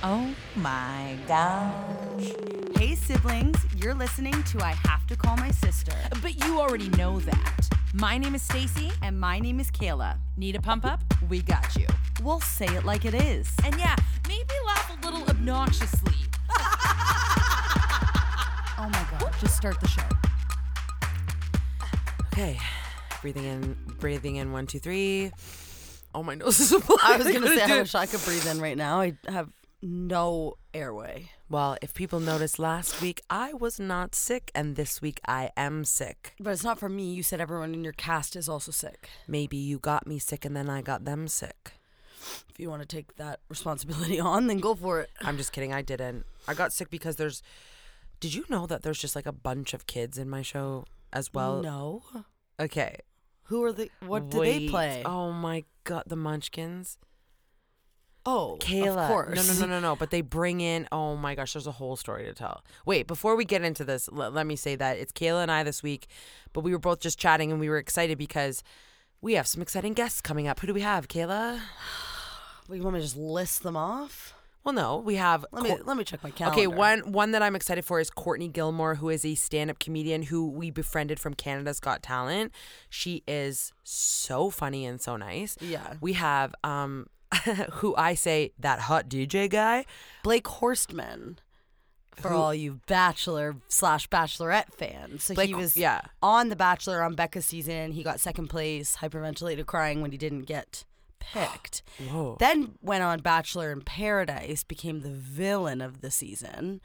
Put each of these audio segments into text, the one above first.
Oh my gosh. Hey, siblings, you're listening to I Have to Call My Sister. But you already know that. My name is Stacy. And my name is Kayla. Need a pump up? We got you. We'll say it like it is. And yeah, maybe laugh a little obnoxiously. Oh my God, just start the show. Okay. Breathing in, breathing in, one, two, three. Oh, my nose is blocked. I was going to couldn't say, do I it. wish I could breathe in right now. I have no airway. Well, if people noticed last week, I was not sick, and this week I am sick. But it's not for me. You said everyone in your cast is also sick. Maybe you got me sick, and then I got them sick. If you want to take that responsibility on, then go for it. I'm just kidding. I didn't. I got sick because there's. Did you know that there's just like a bunch of kids in my show as well? no. Okay. Who are the, what do they Wait. play? Oh my god, the Munchkins. Oh, Kayla. Of course. No, no, no, no, no. But they bring in. Oh my gosh, there's a whole story to tell. Wait, before we get into this, le- let me say that it's Kayla and I this week, but we were both just chatting and we were excited because we have some exciting guests coming up. Who do we have, Kayla? Wait, You want me to just list them off? Well, no, we have. Let me Cour- let me check my calendar. Okay, one one that I'm excited for is Courtney Gilmore, who is a stand-up comedian who we befriended from Canada's Got Talent. She is so funny and so nice. Yeah. We have um who I say that hot DJ guy. Blake Horstman. For all you Bachelor slash Bachelorette fans, so Blake- he was yeah. on The Bachelor on Becca's season. He got second place, hyperventilated, crying when he didn't get picked. Whoa. Then went on Bachelor in Paradise, became the villain of the season.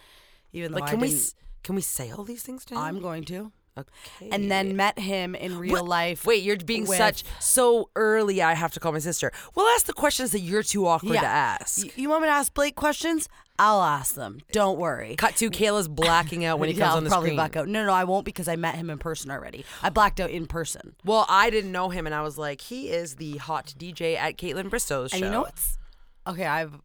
Even though Like, I can we didn't- s- can we say all these things to him? I'm going to, okay. and then met him in real What- life. Wait, you're being with- such so early. I have to call my sister. We'll ask the questions that you're too awkward to ask. Y- you want me to ask Blake questions? I'll ask them. Don't worry. Cut to Kayla's blacking out when he yeah, comes I'll on the probably screen. black out. No, no, I won't because I met him in person already. I blacked out in person. Well, I didn't know him, and I was like, he is the hot DJ at Caitlin Bristow's show. And you know what's okay? I've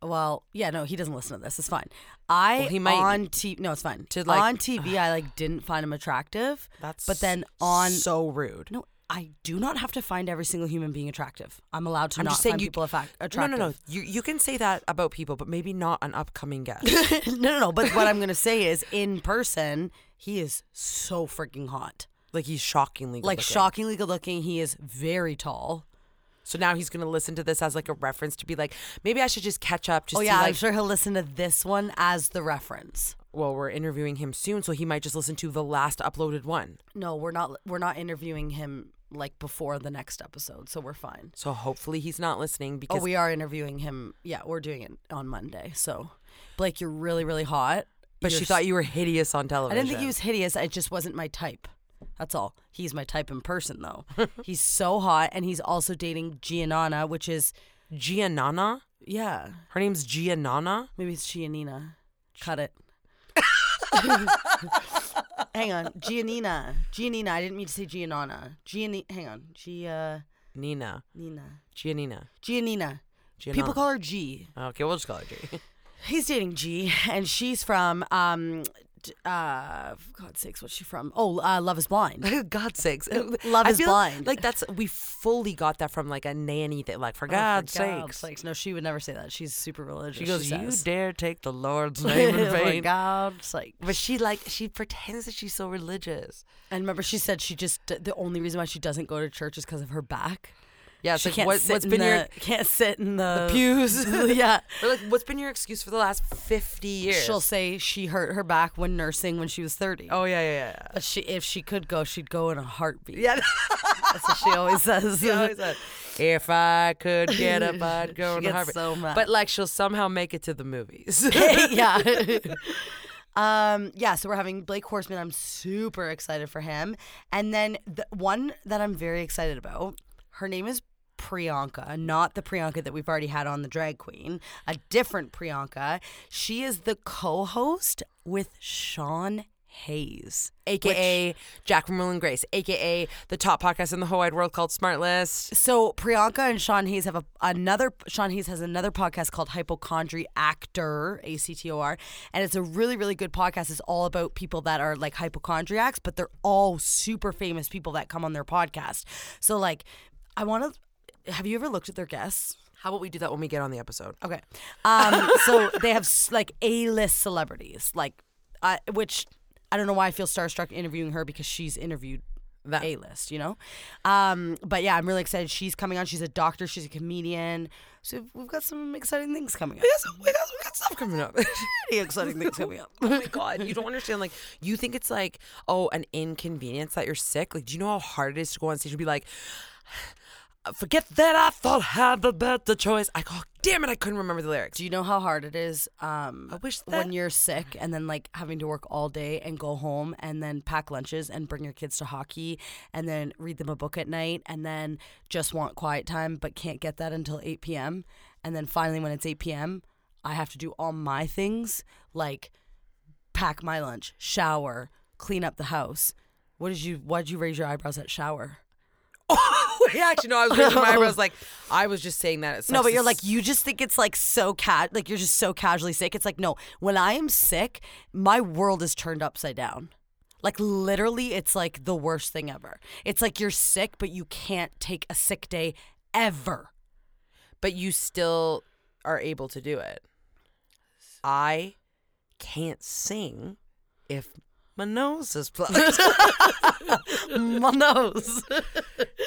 well, yeah, no, he doesn't listen to this. It's fine. I he might- on TV. No, it's fine. To, like- on TV, I like didn't find him attractive. That's but then on so rude. no, I do not have to find every single human being attractive. I'm allowed to I'm not just saying find you people affa- No, attractive. no, no. You you can say that about people, but maybe not an upcoming guest. no, no, no. But what I'm gonna say is, in person, he is so freaking hot. like he's shockingly good Like looking. shockingly good looking. He is very tall. So now he's gonna listen to this as like a reference to be like, maybe I should just catch up. Just oh see, yeah, I'm like- sure he'll listen to this one as the reference. well, we're interviewing him soon, so he might just listen to the last uploaded one. No, we're not. We're not interviewing him like before the next episode, so we're fine. So hopefully he's not listening because Oh, we are interviewing him. Yeah, we're doing it on Monday. So, Blake, you're really, really hot. but You're she s- thought you were hideous on I television. didn't think he was hideous. It just wasn't my type. That's all. He's my type in person, though. he's so hot, and he's also dating Giannana, which is Giannana. yeah. Her name's Giannana. Maybe it's Giannina. Cut it. hang on, Giannina. Giannina. I didn't mean to say Giannana. Gianni. Hang on, Giannina. Nina. Giannina. Giannina. People Giannana. call her G. Okay, we'll just call her G. He's dating G, and she's from um, d- uh, for God's sakes, what's she from? Oh, uh, Love Is Blind. God's sakes. Love I is feel blind. Like that's we fully got that from like a nanny that Oh, like for God's sakes. No, she would never say that. She's super religious. She goes, You says. dare take the Lord's name in For vain. God's sake. But she like she pretends that she's so religious. And remember, she said she just the only reason why she doesn't go to church is because of her back. Yeah, it's she like, can't what- sit what's in been the, your- can't sit in the, pews. yeah. We're like, what's been your excuse for the last 50 years? She'll say she hurt her back when nursing when she was 30. oh, yeah, yeah, yeah. But she, if she could go, she'd go in a heartbeat. Yeah. That's what she always says. She always said, if I could get up, I'd go She in a gets heartbeat." so mad. But like, she'll somehow make it to the movies. yeah. um, yeah, so we're having Blake Horseman. I'm super excited for him. And then the one that I'm very excited about, her name is Priyanka, not the Priyanka that we've already had on the drag queen, a different Priyanka. She is the co host with Sean Hayes. AKA Jack from Will and Grace, AKA the top podcast in the whole wide world called Smart List. So Priyanka and Sean Hayes have a, another. Sean Hayes has another podcast called Hypochondry Actor, A C T O R, and it's a really really good podcast. It's all about people that are like hypochondriacs, but they're all super famous people that come on their podcast. So like, I want to. Have you ever looked at their guests? How about we do that when we get on the episode? Okay. Um, so they have s- like A list celebrities, like I which I don't know why I feel starstruck interviewing her because she's interviewed That- A list, you know. Um, but yeah, I'm really excited. She's coming on. She's a doctor. She's a comedian. So we've got some exciting things coming up. we got, we got stuff coming up. Pretty exciting things coming up. oh my god, you don't understand. Like, you think it's like, oh, an inconvenience that you're sick. Like, do you know how hard it is to go on stage and be like, "Uh, forget that I thought I had the better choice. I go, damn it, I couldn't remember the lyrics. Do you know how hard it is? Um, I wish when that- you're sick and then like having to work all day and go home and then pack lunches and bring your kids to hockey and then read them a book at night and then just want quiet time but can't get that until 8 p.m. And then finally, when it's 8 p.m., I have to do all my things like pack my lunch, shower, clean up the house. What did you? Why did you raise your eyebrows at shower? Oh, yeah, actually, no, I was raising my eyebrows. Like, I was just saying that. It No, sucks but to you're like s- you just think it's like so cat like you're just so casually sick. It's like no, when I am sick, my world is turned upside down. Like literally, it's like the worst thing ever. It's like you're sick, but you can't take a sick day ever. but you still are able to do it. I can't sing if my nose is plugged. My nose.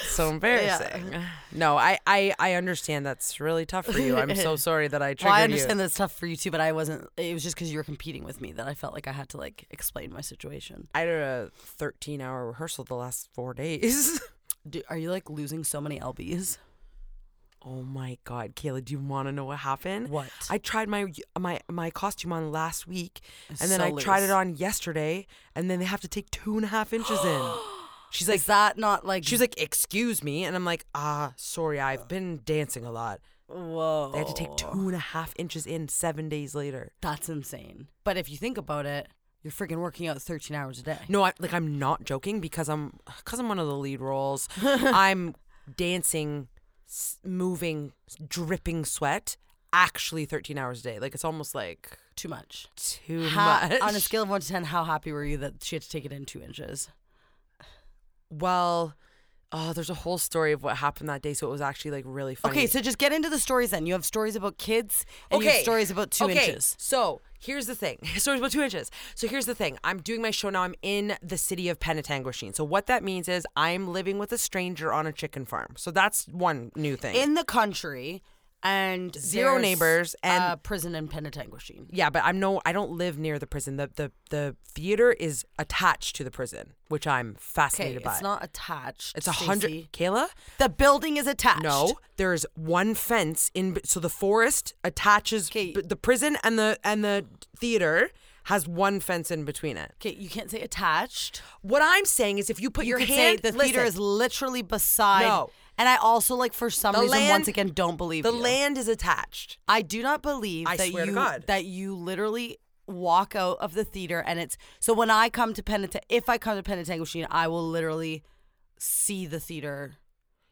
so embarrassing. No, I, I I understand that's really tough for you. I'm so sorry that I triggered Well, I you. understand that's tough for you too, but I wasn't. It was just because you were competing with me that I felt like I had to like explain my situation. I had a 13 hour rehearsal the last four days. Do, are you like losing so many lbs? oh my god, Kayla, do you want to know what happened? What? I tried my my my costume on last week, and then so I tried loose. it on yesterday, and then they have to take two and a half inches in. She's like, Is that not like? She was like, "Excuse me," and I'm like, "Ah, sorry, Uh. I've been dancing a lot." whoa. They had to take two and a Oh. half inches in seven days later. That's insane. But if you think about it, you're freaking working out 13 hours a day. No, I, like I'm not joking because I'm because I'm one of the lead roles. I'm dancing, s- moving, s- dripping sweat. Actually, 13 hours a day. Like it's almost like Too much. too How- much. On a scale of 1 to 10, how happy were you that she had to take it in two inches? well, oh, there's a whole story of what happened that day. So it was actually like really funny. Okay, so just get into the stories then. You have stories about kids and you have stories about two okay. inches. So here's the thing. Stories about two inches. So here's the thing. I'm doing my show now. I'm in the city of Penetanguishene. So what that means is I'm living with a stranger on a chicken farm. So that's one new thing. In the country and Zero there's, neighbors and- uh, prison in Penetanguishene. yeah, but I'm no I don't live near the prison. The the the theater is attached to the prison, which I'm Okay, fascinated by. it's not attached. it's a hundred Stacey. Kayla? The building is attached. No, there's one fence in. So the forest attaches Okay. b- the prison and the and the theater has one fence in between it. Okay, you can't say attached. What I'm saying is, if you put you your could hand, say the listen, theater is literally beside. No. And I also like for some The reason land- once again don't believe the you. land is attached. I do not believe I that swear to you God. that you literally walk out of the theater and it's so when I come to Penetang if I come to Penetanguishene, I will literally see the theater.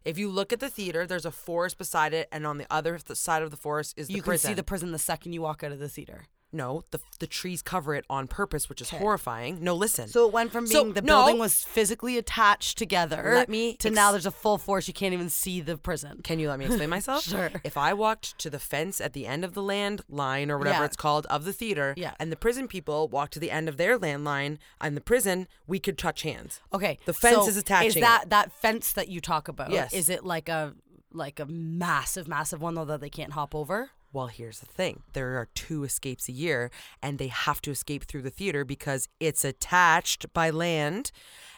If you look at the theater, there's a forest beside it, and on the other th- side of the forest is the you can prison. see the prison the second you walk out of the theater. no, the the trees cover it on purpose, which is horrifying. No, listen. So it went from So, being the no. building was physically attached together Let me to ex- now there's a full force you can't even see the prison. Can you let me explain myself? Sure. If I walked to the fence at the end of the land line or whatever Yeah. it's called of the theater, Yeah. and the prison people walked to the end of their land line and the prison, we could touch hands. Okay. The fence so is attaching Is it. that that fence that you talk about? Yes. Is it like a like a massive, massive one though that they can't hop over? Well, here's the thing there are two escapes a year, and they have to escape through the theater because it's attached by land.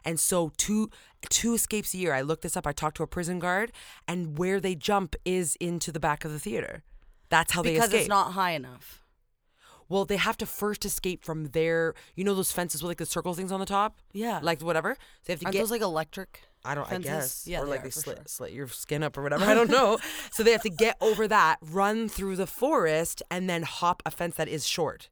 And so, two, two escapes a year. I looked this up, I talked to a prison guard, and where they jump is into the back of the theater. That's how they because escape. it's not high enough. well, they have to first escape from their, you know, those fences with like the circle things on the top, Yeah. like whatever. So they have to Aren't get those like electric? I don't. fences? I guess. Yeah, or they like are, they for slit, sure. slit your skin up or whatever. I don't know. so they have to get over that, run through the forest, and then hop a fence that is short.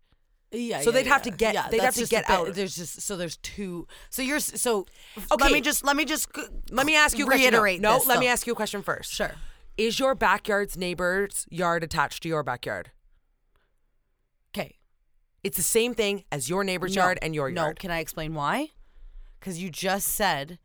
Yeah. So they'd have to get- they'd that's have to just get the ba- out. There's just so there's two. So you're s- so. Let Okay. me just let me just Let me ask you. a question. No, reiterate. No, this, let me though. ask you a question first. Sure. Is your backyard's neighbor's yard attached to your backyard? Okay. It's the same thing as your neighbor's No. yard and your No, yard. can I explain why? Because you just said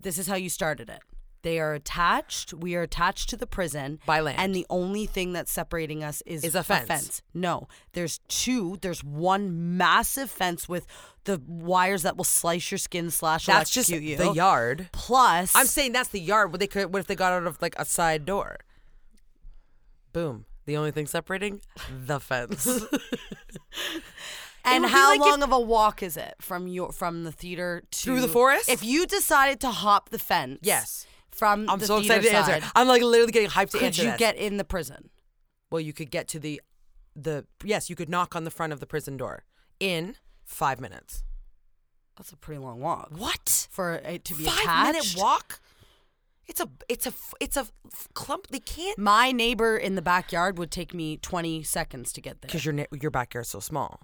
this is how you started it. They are attached. We are attached to the prison By land. and the only thing that's separating us is Is a fence. No, there's two. There's one massive fence with the wires that will slice your skin, slash, That's just electrocute you. the yard. Plus, I'm saying that's the yard. What they could. What if they got out of like a side door? Boom. The only thing separating the fence. And would be how like if- long of a walk is it from your from the theater to Through the forest? If you decided to hop the fence, Yes. from I'm the so theater excited to answer. side, I'm like literally getting hyped to could answer you this. get in the prison? Well, you could get to the the yes, you could knock on the front of the prison door in five minutes. That's a pretty long walk. What? for it to be five attached? minute walk? It's a it's a f- it's a f- clump. They can't My neighbor in the backyard would take me 20 seconds to get there. because your na- your backyard's so small.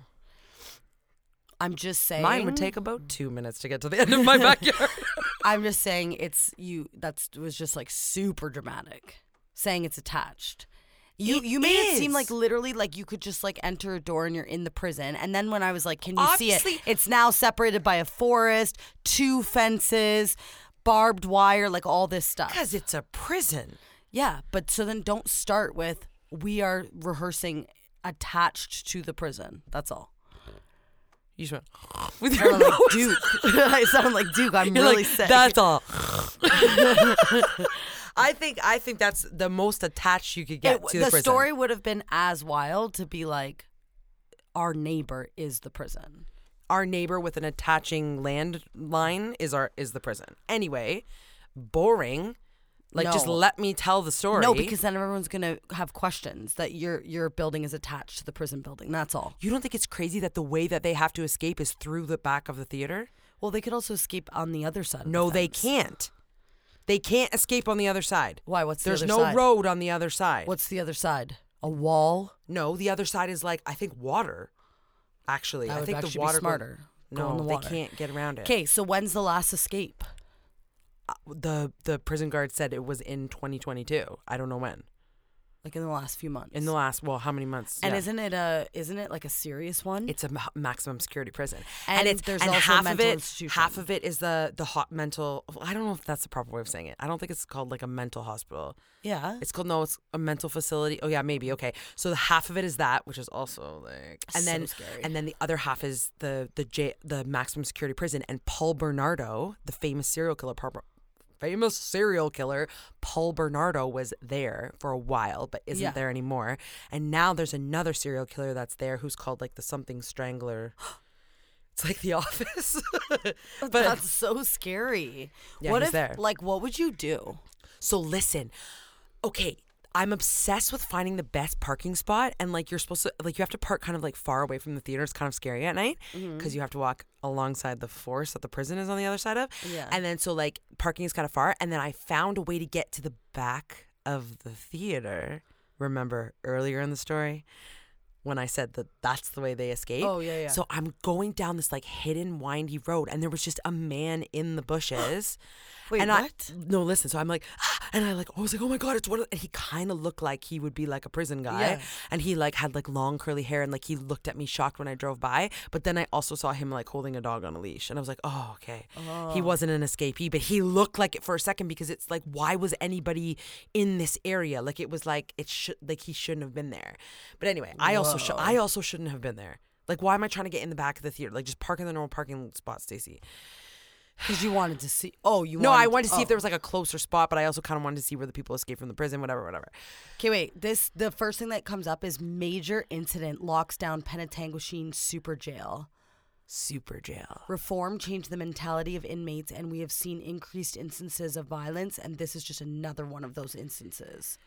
I'm just saying. Mine would take about two minutes to get to the end of my backyard. I'm just saying it's you. That's was just like super dramatic. Saying it's attached. You It you made it seem is. like literally like you could just like enter a door and you're in the prison. And then when I was like, can you see it? Obviously- It's now separated by a forest, two fences, barbed wire, like all this stuff. Because it's a prison. yeah, but so then don't start with we are rehearsing attached to the prison. That's all. You just went with I your sound like nose. Duke. I sound like Duke. I'm You're really like, sick. That's all. I think I think that's the most attached you could It- get to the, the prison. story would have been as wild to be like, our neighbor is the prison. our neighbor with an attaching land line is our is the prison. Anyway, boring. Like just No. let me tell the story. No, because then everyone's gonna have questions that your your building is attached to the prison building. That's all. you don't think it's crazy that the way that they have to escape is through the back of the theater? Well, they could also escape on the other side. of the No, they fence. can't. They can't escape on the other side. Why? What's the There's other no side? road on the other side. What's the other side? A wall. No, the other side is like I think water. Actually, That I would think the actually be water. go- smarter. Go no, in the water. they can't get around it. Okay, so when's the last escape? Uh, The the prison guard said it was in 2022. I don't know when. Like in the last few months. In the last, well, how many months? and Yeah. isn't it a isn't it like a serious one? It's a ma- maximum security prison, And it's there's and also a half mental of it. institution. Half of it is the the hot mental. I don't know if that's the proper way of saying it. I don't think it's called like a mental hospital. yeah. It's called no, it's a mental facility. Oh yeah, maybe okay. So the half of it is that, which is also like, and So then scary. and then the other half is the the J, the maximum security prison. And Paul Bernardo, the famous serial killer, Paul, Ber- famous serial killer, Paul Bernardo was there for a while, but isn't Yeah. there anymore. And now there's another serial killer that's there who's called like the something strangler. It's like The Office, but That's so scary. Yeah, what he's if there. like what would you do? So listen, okay. I'm obsessed with finding the best parking spot, and like you're supposed to, like you have to park kind of like far away from the theater. It's kind of scary at night because Mm-hmm. you have to walk alongside the forest that the prison is on the other side of. Yeah. And then so like parking is kind of far, and then I found a way to get to the back of the theater. Remember earlier in the story when I said that that's the way they escape? Oh, yeah, yeah. So I'm going down this like hidden windy road, and there was just a man in the bushes. Wait, and what? I no listen. So I'm like, "Ah," and I like, I was like, oh my god, it's one. Of, and he kind of looked like he would be like a prison guy, Yeah. and he like had like long curly hair, and like he looked at me shocked when I drove by. But then I also saw him like holding a dog on a leash, and I was like, oh okay, he wasn't an escapee, but he looked like it for a second because it's like, why was anybody in this area? Like it was like it should like he shouldn't have been there. But anyway, I also sh- I also shouldn't have been there. Like, why am I trying to get in the back of the theater? Like, just park in the normal parking spot, Stacey. Because you wanted to see. Oh, you No, I wanted to see if there was like a closer spot, but I also kind of wanted to see where the people escaped from the prison, whatever, whatever. Okay, wait. This the first thing that comes up is major incident locks down Penetanguishene super jail. Super jail. Reform changed the mentality of inmates, and we have seen increased instances of violence. And this is just another one of those instances.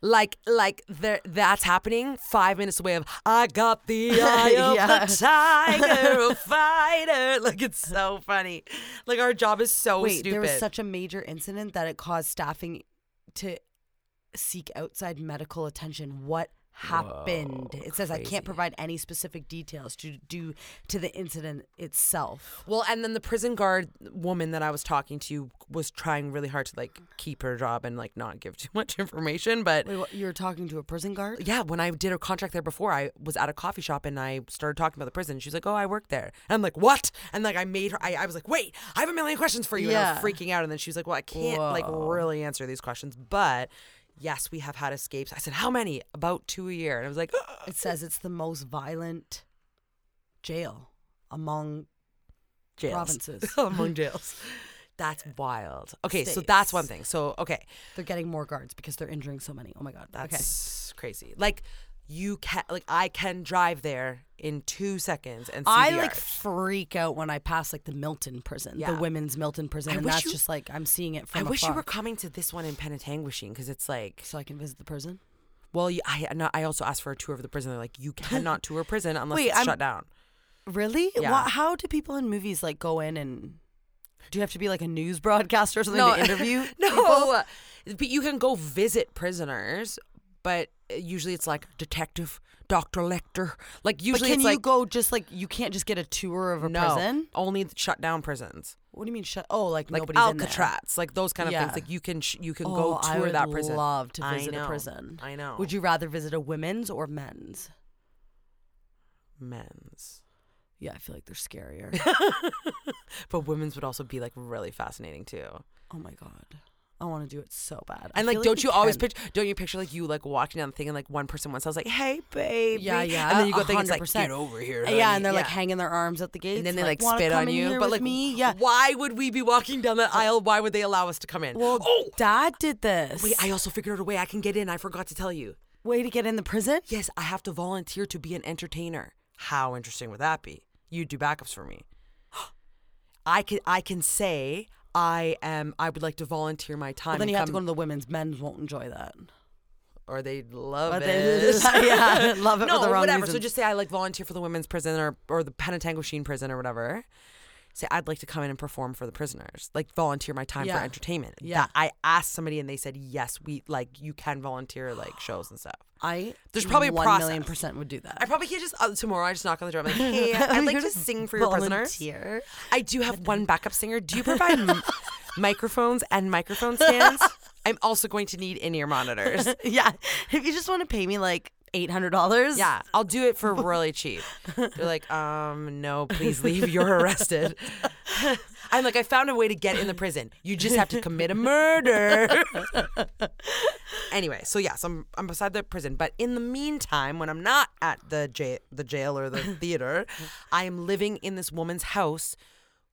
Like, like there, that's happening five minutes away of I got the eye of Yeah. the tiger, a fighter. Like it's so funny. Like our job is so wait, stupid. there was such a major incident that it caused staffing to seek outside medical attention. What happened? Whoa, it says I crazy. can't provide any specific details to due to the incident itself. Well, and then the prison guard woman that I was talking to was trying really hard to like keep her job and like not give too much information. But Wait, what, you were talking to a prison guard? yeah, when I did a contract there before, I was at a coffee shop and I started talking about the prison. She was like, "Oh, I work there," and I'm like, "What?" And like I made her. I, I was like, "Wait, I have a million questions for you." And I Yeah. was freaking out. And then she was like, "Well, I can't like really answer these questions, but." Yes, we have had escapes. I said, "How many?" About two a year, and I was like, It says it's the most violent jail among jails. Provinces. among jails. That's wild. Okay, so that's one thing. So okay, they're getting more guards because they're injuring so many. Oh my god. okay. That's crazy. Like you can like I can drive there in two seconds and see I the like arch. freak out when I pass like the Milton prison, Yeah. the women's Milton prison, I and wish that's you- just like I'm seeing it I from wish you afar. were coming to this one in Penetanguishene because it's like so I can visit the prison. well you, I no, I also asked for a tour of the prison. They're like you cannot tour prison unless Wait, it's I'm- shut down. Really? Yeah. Wha- how do people in movies like go in and do you have to be like a news broadcaster or something to interview? people? no, but you can go visit prisoners, but uh, usually it's like detective, Doctor Lecter. Like But usually can it's you like go just like you can't just get a tour of a no, prison? only the shut down prisons. What do you mean? Shut. Oh, like, like nobody's Alcatraz, like those kind of Yeah. things. Like you can sh- you in can there. go oh, I tour would that prison. Love to I visit a know. prison. I know. Would you rather visit a women's or men's? men's? Yeah, I feel like they're scarier. But women's would also be like really fascinating too. oh my god, I want to do it so bad. I And like, feel don't we you always can. picture? Don't you picture like you like walking down the thing and like one person once I was like, "Hey, baby," Yeah, yeah. and then you go think it's like, 100%. "Get over here," Yeah, honey." and they're like hanging their arms at the gate, and then they like, "Wanna spit come on in you. here But with like, me, yeah. why would we be walking down that aisle? Why would they allow us to come in? Well, oh, Dad did this. wait, I also figured out a way I can get in. I forgot to tell you. way to get in the prison. Yes, I have to volunteer to be an entertainer. How interesting would that be? You do backups for me. I can I can say I am I would like to volunteer my time. But then and you have to come- go to the women's. Men's won't enjoy that. or they love But they- it. yeah, love it for no, the wrong whatever. So reasons. just say I like volunteer for the women's prison or or the Penetanguishene prison or whatever. Say I'd like to come in and perform for the prisoners, like volunteer my time Yeah. for entertainment. Yeah. That- I asked somebody and they said yes, we like you can volunteer like shows and stuff. I There's probably a one process. million percent would do that. I probably can't just uh, tomorrow. I just knock on the door. I'm like, hey, I'd like to sing for your prisoners. Volunteer. I do have one backup singer. Do you provide m- microphones and microphone stands? I'm also going to need in ear monitors. yeah, if you just want to pay me like eight hundred dollars, Yeah, I'll do it for really cheap. They're like, um, no, please leave. You're arrested. I'm like, I found a way to get in the prison. You just have to commit a murder. anyway, so yes, I'm I'm beside the prison, but in the meantime, when I'm not at the jail, the jail or the theater, I am living in this woman's house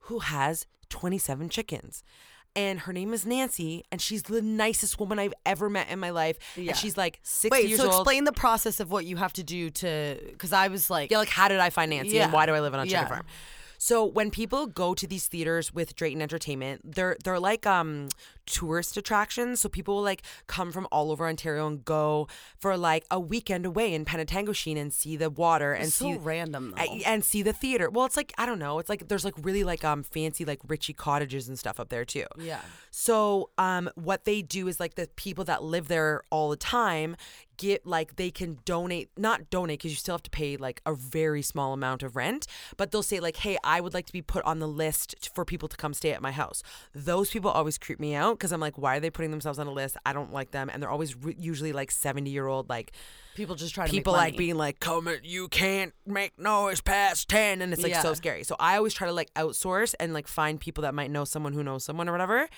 who has 27 chickens. And her name is Nancy, and she's the nicest woman I've ever met in my life. Yeah. And she's like 60 Wait, years so old. explain the process of what you have to do to, because I was like, Yeah, like how did I find Nancy and Yeah. why do I live on a chicken Yeah. farm? So when people go to these theaters with Drayton Entertainment, they're they're like um tourist attractions. So people will like come from all over Ontario and go for like a weekend away in Penetanguishene and see the water and It's so see random, a- though. and see the theater. Well, it's like I don't know. It's like there's like really like um fancy like Richie cottages and stuff up there too. Yeah. So um what they do is like the people that live there all the time get like they can donate not donate because you still have to pay like a very small amount of rent but they'll say like hey I would like to be put on the list t- for people to come stay at my house those people always creep me out because I'm like why are they putting themselves on a list I don't like them and they're always re- usually like 70 year old like people just trying people to make like being like, "Come, in, you can't make noise past 10. and it's like so Yeah. scary. So I always try to like outsource and like find people that might know someone who knows someone or whatever.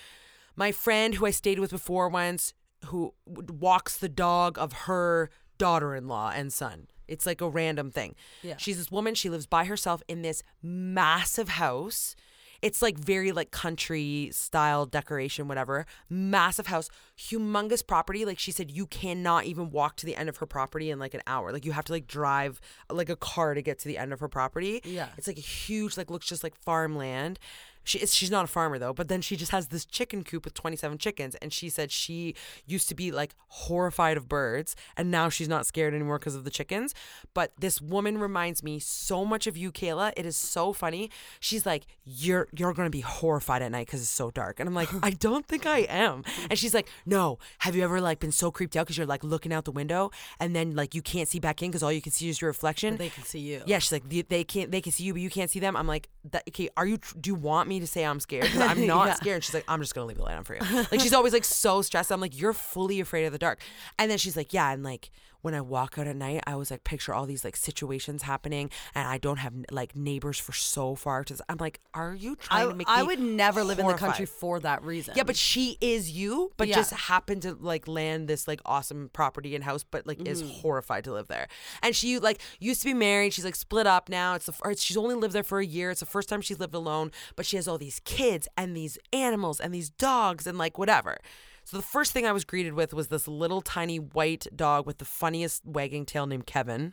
My friend who I stayed with before once, who w- walks the dog of her daughter-in-law and son. It's like a random thing. Yeah. She's this woman. She lives by herself in this massive house. It's like very like country style decoration, whatever. Massive house, humongous property. Like she said, you cannot even walk to the end of her property in like an hour. Like you have to like drive like a car to get to the end of her property. Yeah. It's like a huge, like looks just like farmland. She is, she's not a farmer though, but then she just has this chicken coop with 27 chickens. And she said she used to be like horrified of birds and now she's not scared anymore because of the chickens. But this woman reminds me so much of you, Kayla. It is so funny. She's like, You're you're gonna be horrified at night because it's so dark. And I'm like, I don't think I am. And she's like, No, have you ever like been so creeped out because you're like looking out the window and then like you can't see back in because all you can see is your reflection? they can see you. Yeah, she's like, they, they can't, they can see you, but you can't see them. I'm like, that, okay, are you? tr- Do you want me to say I'm scared? 'Cause I'm not scared. And she's like, I'm just gonna leave the light on for you. Like she's always like so stressed. I'm like, you're fully afraid of the dark. And then she's like, yeah, and like when I walk out at night, I always like picture all these like situations happening, and I don't have like neighbors for so far. To, I'm like, are you trying I, to make? I me would never live in the country horrified? for that reason. Yeah, but she is you, but Yeah. just happened to like land this like awesome property and house, but like is horrified to live there. And she like used to be married. She's like split up now. It's the first, she's only lived there for a year. It's the first time she's lived alone, but she has all these kids and these animals and these dogs and like whatever. So the first thing I was greeted with was this little tiny white dog with the funniest wagging tail named Kevin.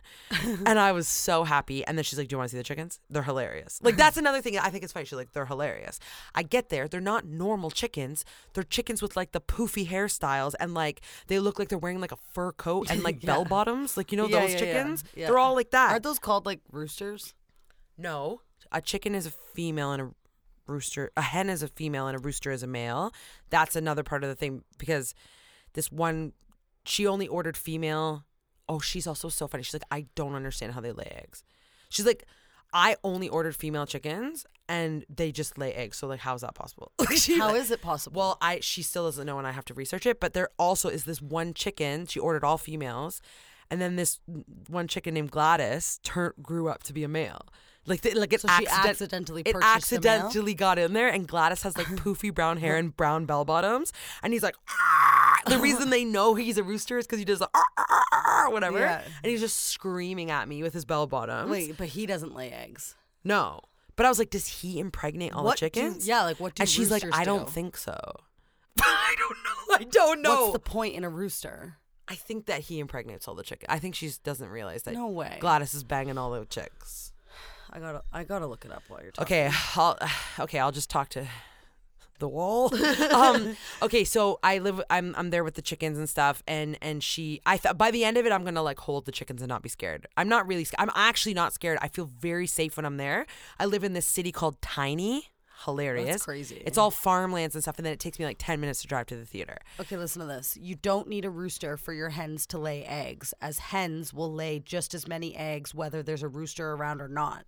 and I was so happy. And then she's like, Do you want to see the chickens? They're hilarious. Like that's another thing I think it's funny. She's like, they're hilarious. I get there. They're not normal chickens. They're chickens with like the poofy hairstyles and like they look like they're wearing like a fur coat and like bell bottoms. Like you know Yeah, those yeah, yeah. chickens? Yeah. They're all like that. aren't those called like roosters? No. A chicken is a female and a rooster. A hen is a female and a rooster is a male. That's another part of the thing because this one, she only ordered female. Oh, she's also so funny. She's like, I don't understand how they lay eggs. She's like, I only ordered female chickens and they just lay eggs. So like, how is that possible? Like, she- How is it possible? well, I she still doesn't know, and I have to research it. But there also is this one chicken. She ordered all females, and then this one chicken named Gladys tur grew up to be a male. Like, the, like it So she accident- accidentally it purchased a male? accidentally got in there, and Gladys has like poofy brown hair and brown bell bottoms, and he's like, "Ah." the reason they know he's a rooster is because he does the "Ah, ah, ah, ah," whatever, Yeah. and he's just screaming at me with his bell bottoms. wait, but he doesn't lay eggs. no. But I was like, does he impregnate all What the do- chickens? yeah, like, what do And she's like, roosters I don't do? think so. I don't know. I don't know. What's the point in a rooster? I think that he impregnates all the chickens. I think she just doesn't realize that. No way. Gladys is banging all the chicks. I gotta, I gotta look it up while you're talking. Okay, I'll okay, I'll just talk to the wall. um, okay, so I live. I'm I'm there with the chickens and stuff, and and she. I th- by the end of it, I'm gonna like hold the chickens and not be scared. I'm not really. Sc- I'm actually not scared. I feel very safe when I'm there. I live in this city called Tiny. Hilarious. crazy. It's all farmlands and stuff, and then it takes me like ten minutes to drive to the theater. Okay, listen to this. You don't need a rooster for your hens to lay eggs, as hens will lay just as many eggs whether there's a rooster around or not.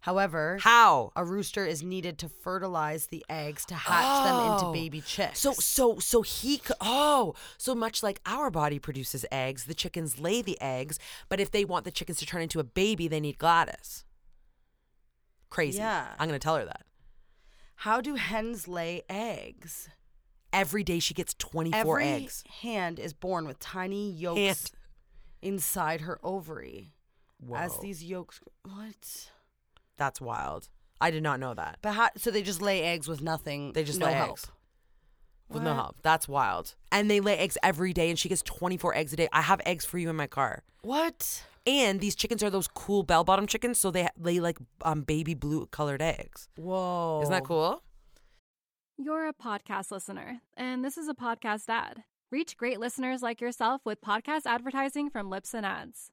However, How? a rooster is needed to fertilize the eggs to hatch them into Oh. baby chicks. So so so he c- oh so much like our body produces eggs, the chickens lay the eggs, but if they want the chickens to turn into a baby, they need Gladys. Crazy. Yeah. I'm gonna tell her that. how do hens lay eggs? Every day she gets 24 Every eggs. hand is born with tiny yolks Hand. inside her ovary. As Whoa. these yolks, what? That's wild. I did not know that. But how? So they just lay eggs with nothing. They just no lay help. eggs. With no help. That's wild. And they lay eggs every day and she gets 24 eggs a day. I have eggs for you in my car. What? And these chickens are those cool bell bottom chickens, so they lay like um, baby blue colored eggs. Whoa! Isn't that cool? You're a podcast listener, and this is a podcast ad. Reach great listeners like yourself with podcast advertising from Lips and Ads.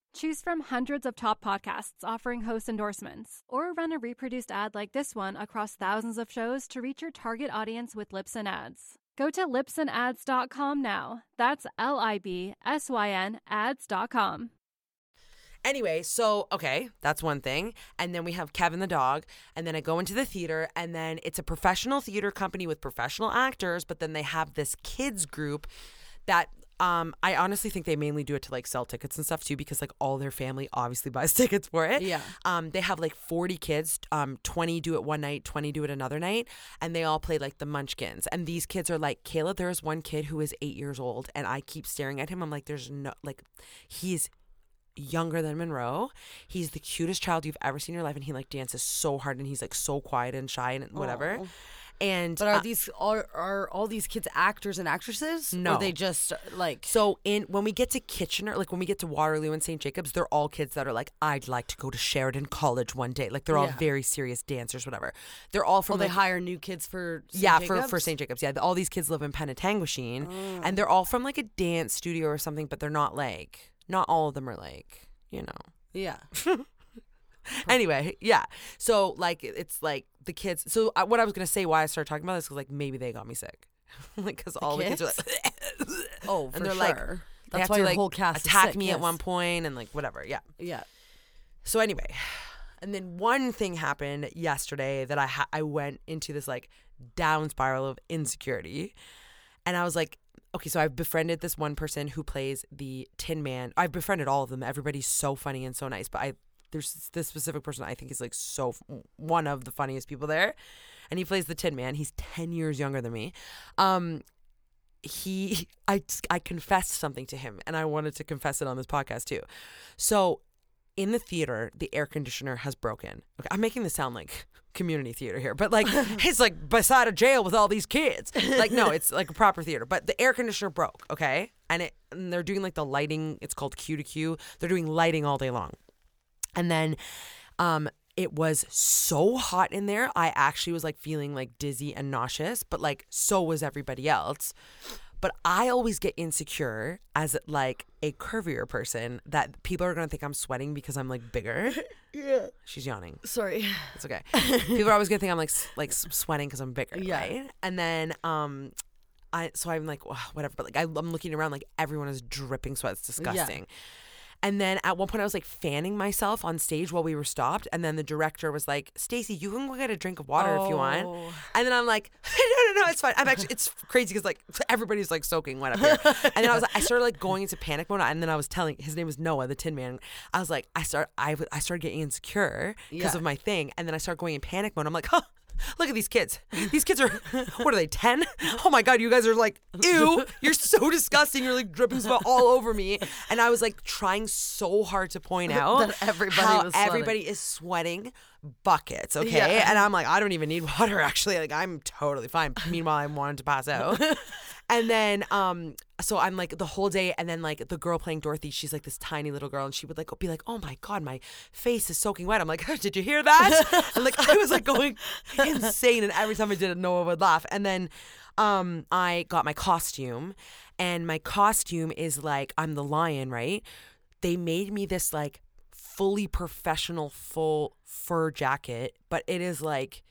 Choose from hundreds of top podcasts offering host endorsements, or run a reproduced ad like this one across thousands of shows to reach your target audience with lips and ads. Go to lipsandads.com now. That's L I B S Y N ads.com. Anyway, so okay, that's one thing. And then we have Kevin the dog, and then I go into the theater, and then it's a professional theater company with professional actors, but then they have this kids group that um I honestly think they mainly do it to like sell tickets and stuff too because like all their family obviously buys tickets for it. Yeah. Um they have like 40 kids, um 20 do it one night, 20 do it another night, and they all play like the munchkins. And these kids are like Kayla, there is one kid who is 8 years old and I keep staring at him. I'm like there's no like he is younger than Monroe. He's the cutest child you've ever seen in your life, and he like dances so hard, and he's like so quiet and shy and whatever. Aw. And But are uh, these are are all these kids actors and actresses? Or No. are they just like so in when we get to Kitchener, like when we get to Waterloo and St. Jacobs, they're all kids that are like, I'd like to go to Sheridan College one day. Like they're all Yeah. very serious dancers, whatever. They're all Will from they like, hire new kids for St. yeah, for, for Jacobs? Oh. St. Jacobs. Yeah, all these kids live in Penetanguishene, and they're all from like a dance studio or something, but they're not like, not all of them are like, you know, Yeah. anyway, yeah. So like it's like the kids. So I, what I was gonna say why I started talking about this was like maybe they got me sick, like because all the kids are like, Oh, and for they're sure. like they That's have why to, your like, whole cast attack is sick, me yes. at one point and like whatever. Yeah. Yeah. So anyway, and then one thing happened yesterday that I ha- I went into this like down spiral of insecurity, and I was like, okay, so I've befriended this one person who plays the Tin Man. I've befriended all of them. Everybody's so funny and so nice, but I there's this specific person I think is like so f- one of the funniest people there, and he plays the Tin Man. He's ten years younger than me. Um, he I I confessed something to him, and I wanted to confess it on this podcast too. So in the theater, the air conditioner has broken. Okay, I'm making this sound like community theater here, but like it's like beside a jail with all these kids. Like no, it's like a proper theater, but the air conditioner broke. Okay, and it and they're doing like the lighting. It's called Q to Q. They're doing lighting all day long, and then, um. It was so hot in there. I actually was like feeling like dizzy and nauseous, but like so was everybody else but I always get insecure as like a curvier person that people are gonna think I'm sweating because I'm like bigger. Yeah. She's yawning. Sorry. It's okay. people are always gonna think I'm like s- like s- sweating because I'm bigger. Yeah. Right? And then um, I so I'm like "Ugh, whatever. But like I, I'm looking around like everyone is dripping sweat. It's disgusting. And then at one point I was like fanning myself on stage while we were stopped. And then the director was like, Stacey, you can go get a drink of water if you want. Oh. And then I'm like, no, no, no, it's fine. I'm actually, it's crazy because like everybody's like soaking wet up here. And then I was like, I started like going into panic mode. And then I was telling, his name was Noah, the Tin Man. I was like, I start, I, w- I started getting insecure because Yeah. of my thing. And then I started going in panic mode. I'm like, huh. Look at these kids. These kids are, what are they, 10? Oh my God, you guys are like, ew, you're so disgusting. You're like dripping sweat all over me. And I was like trying so hard to point out That everybody how was sweating. everybody is sweating buckets, okay? Yeah. And I'm like, I don't even need water actually. Like I'm totally fine. Meanwhile, I'm wanting to pass out. and then um so I'm like the whole day and then like the girl playing Dorothy, she's like this tiny little girl and she would like be like, "Oh my god, my face is soaking wet." I'm like, "Did you hear that?" and like I was like going insane and every time I did it Noah would laugh. And then um I got my costume and my costume is like I'm the lion, right? They made me this like fully professional full fur jacket, but it is like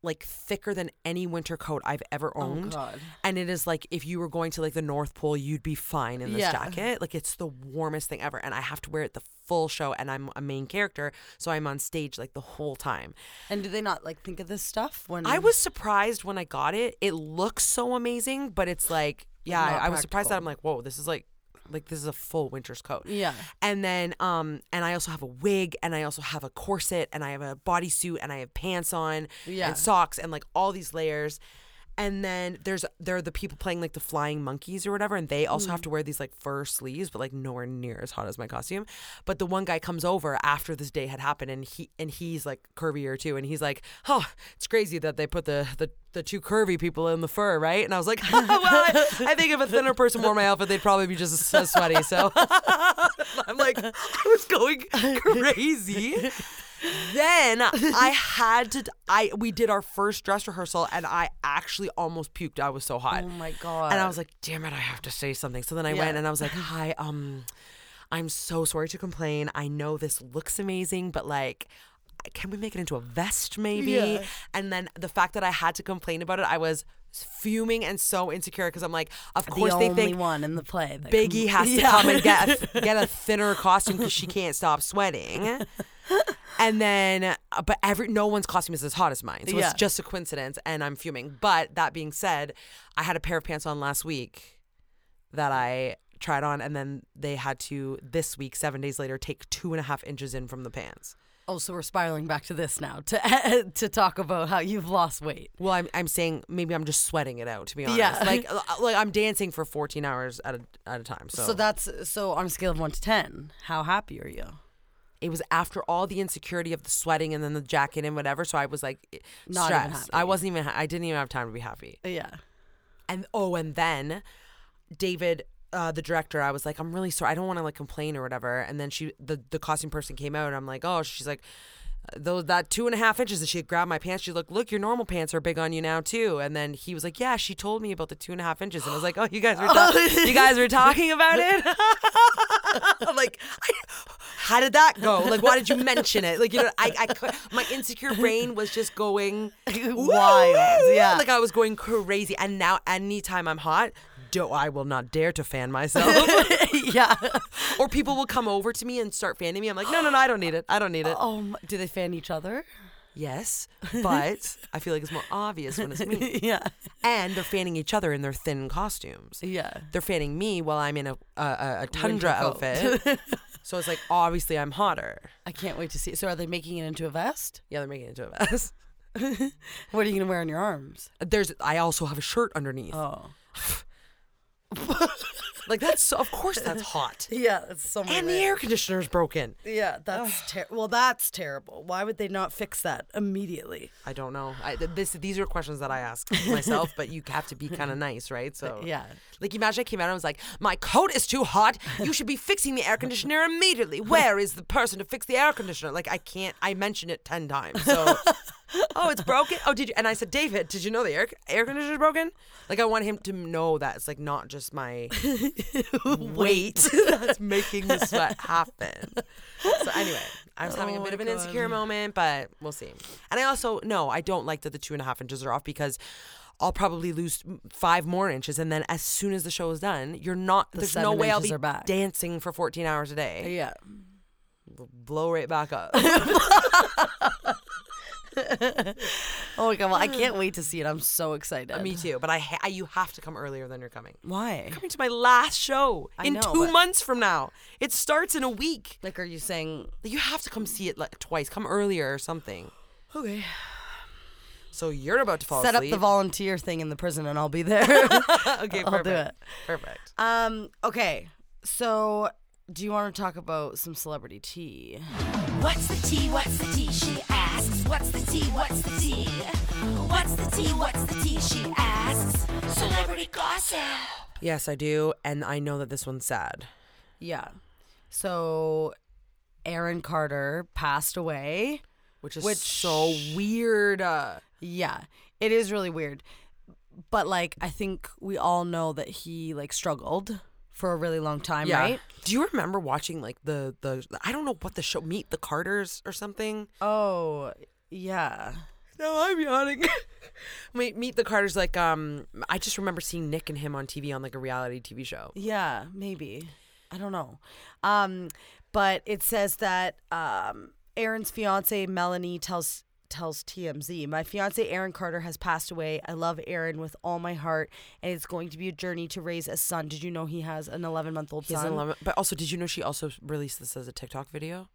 like thicker than any winter coat I've ever owned. Oh, God. And it is like if you were going to like the North Pole, you'd be fine in this Yeah. jacket. Like it's the warmest thing ever and I have to wear it the full show and I'm a main character, so I'm on stage like the whole time. And do they not like think of this stuff when I was surprised when I got it. It looks so amazing, but it's like, yeah, not I, I was surprised that I'm practical. like, whoa, this is like, like this is a full winter's coat. Yeah. And then, um, and I also have a wig, and I also have a corset, and I have a bodysuit, and I have pants on, Yeah. and socks, and like all these layers. And then there's there are the people playing like the flying monkeys or whatever, and they also have to wear these like fur sleeves, but like nowhere near as hot as my costume. But the one guy comes over after this day had happened, and he and he's like curvier too, and he's like, "Oh, it's crazy that they put the the, the two curvy people in the fur, right?" And I was like, "Well, I, I think if a thinner person wore my outfit, they'd probably be just as, as sweaty." So I'm like, I was going crazy then I had to. I we did our first dress rehearsal, and I actually almost puked. I was so hot. Oh my God. And I was like, "Damn it! I have to say something." So then I Yeah. went, and I was like, "Hi, um." I'm so sorry to complain. I know this looks amazing, but like, can we make it into a vest maybe? Yeah. And then the fact that I had to complain about it, I was fuming and so insecure because I'm like, of course the they only think one in the play. that can- Biggie has to Yeah. come and get a, get a thinner costume because she can't stop sweating. And then, uh, but every no one's costume is as hot as mine, so Yeah. it's just a coincidence, and I'm fuming. But that being said, I had a pair of pants on last week that I tried on, and then they had to this week, seven days later, take two and a half inches in from the pants. Oh, so we're spiraling back to this now to to talk about how you've lost weight. Well, I'm I'm saying maybe I'm just sweating it out to be honest. Yeah. like uh, like I'm dancing for 14 hours at a at a time. So that's so on a scale of one to ten, how happy are you? it was after all the insecurity of the sweating and then the jacket and whatever. So I was like Not even stressed. I happy. wasn't even. Ha- I didn't even have time to be happy. Yeah. And oh, and then David. Uh, the director, I was like, I'm really sorry. I don't want to like complain or whatever. And then she, the, the costume person came out, and I'm like, oh, she's like, those that two and a half inches. And she grabbed my pants. She's like, look, your normal pants are big on you now too. And then he was like, yeah, she told me about the two and a half inches. And I was like, oh, you guys were, ta- you guys were talking about it. I'm like, I, how did that go? Like, why did you mention it? Like, you know, I, I, cou- my insecure brain was just going Wild, woo, yeah. Like, I was going crazy. And now, anytime I'm hot, do I will not dare to fan myself, yeah. or people will come over to me and start fanning me. I'm like, no, no, no, I don't need it. I don't need it. Oh, my, do they fan each other? Yes, but I feel like it's more obvious when it's me. yeah. And they're fanning each other in their thin costumes. Yeah. They're fanning me while I'm in a a, a, a tundra coat. outfit. so it's like obviously I'm hotter. I can't wait to see. it. So are they making it into a vest? Yeah, they're making it into a vest. What are you gonna wear on your arms? There's. I also have a shirt underneath. Oh. Like that's. So, of course, that's hot. Yeah, that's so. And the air conditioner's broken. Yeah, that's ter- well, that's terrible. Why would they not fix that immediately? I don't know. I, th- this. These are questions that I ask myself. but you have to be kind of nice, right? So Yeah. Like imagine I came out and I was like, my coat is too hot. You should be fixing the air conditioner immediately. Where is the person to fix the air conditioner? Like I can't. I mentioned it ten times. So. Oh, it's broken. Oh, did you? And I said, David, did you know the air air conditioner's broken? Like, I want him to know that it's like not just my weight that's making the sweat happen. So anyway, I was Oh having a bit of an insecure moment, but we'll see. And I also no, I don't like that the two and a half inches are off because I'll probably lose five more inches, and then as soon as the show is done, you're not. The there's no seven way I'll inches be are back. dancing for 14 hours a day. Yeah. Blow right back up. Oh my god! Well, I can't wait to see it. I'm so excited. Me too. But I, ha- you have to come earlier than you're coming. why? Coming to my last show I in know, two but- months from now. It starts in a week. Like, are you saying? You have to come see it like twice. Come earlier or something. Okay. So you're about to fall Set asleep. up the volunteer thing in the prison, and I'll be there. okay, I'll do perfect. it. Perfect. um. Okay. So, do you want to talk about some celebrity tea? What's the tea? What's the tea? She asks. What's the tea? What's the tea? What's the tea? What's the tea? She asks. Celebrity gossip. Yes, I do, and I know that this one's sad. Yeah. So, Aaron Carter passed away. which is Which- so weird. Uh, Yeah, it is really weird. But like, I think we all know that he like struggled for a really long time, right? Do you remember watching like the the I don't know what the show Meet the Carters or something? Oh, yeah. No, I'm yawning. Meet Meet the Carters like um I just remember seeing Nick and him on TV on like a reality TV show. Yeah, maybe. I don't know. Um, but it says that um, Aaron's fiance Melanie tells tells TMZ, "My fiance Aaron Carter has passed away. I love Aaron with all my heart, and it's going to be a journey to raise a son. Did you know he has an 11 month old He has son? an 11 but also did you know she also released this as a TikTok video?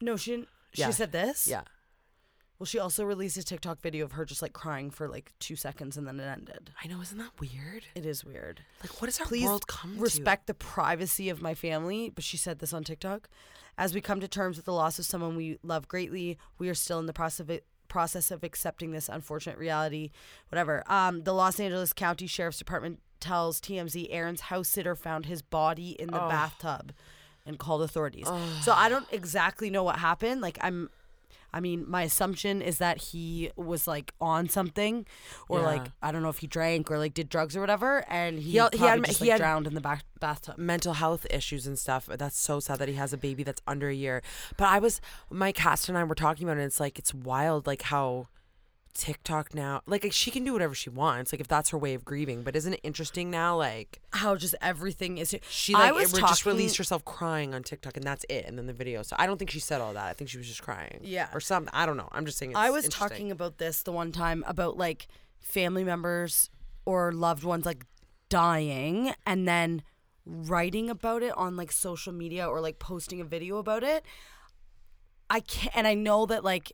No, she didn't. Yeah. She said this. Well, she also released a TikTok video of her just like crying for like two seconds, and then it ended. I know, isn't that weird? It is weird. Like what does our Please world come respect the privacy of my family. But she said this on TikTok. As we come to terms with the loss of someone we love greatly, we are still in the process of process of accepting this unfortunate reality. Whatever. Um, the Los Angeles County Sheriff's Department tells TMZ Aaron's house sitter found his body in the bathtub and called authorities. So I don't exactly know what happened. Like I'm. I mean, my assumption is that he was like on something, or Yeah. like I don't know if he drank or like did drugs or whatever, and he He al- he had probably m- just, he like, had- drowned in the ba- bathtub. mental health issues and stuff. That's so sad that he has a baby that's under a year. But I was my cast and I were talking about it. And it's like it's wild, like how TikTok now, like she can do whatever she wants, like if that's her way of grieving. But isn't it interesting now, like How just everything is. she like I was it- just released talking- herself crying on TikTok and that's it, and then the video. So I don't think she said all that. I think she was just crying, Yeah. or something. I don't know. I'm just saying. It's I was interesting. talking about this the one time about like family members or loved ones like dying and then writing about it on like social media or like posting a video about it. I can't, and I know that like,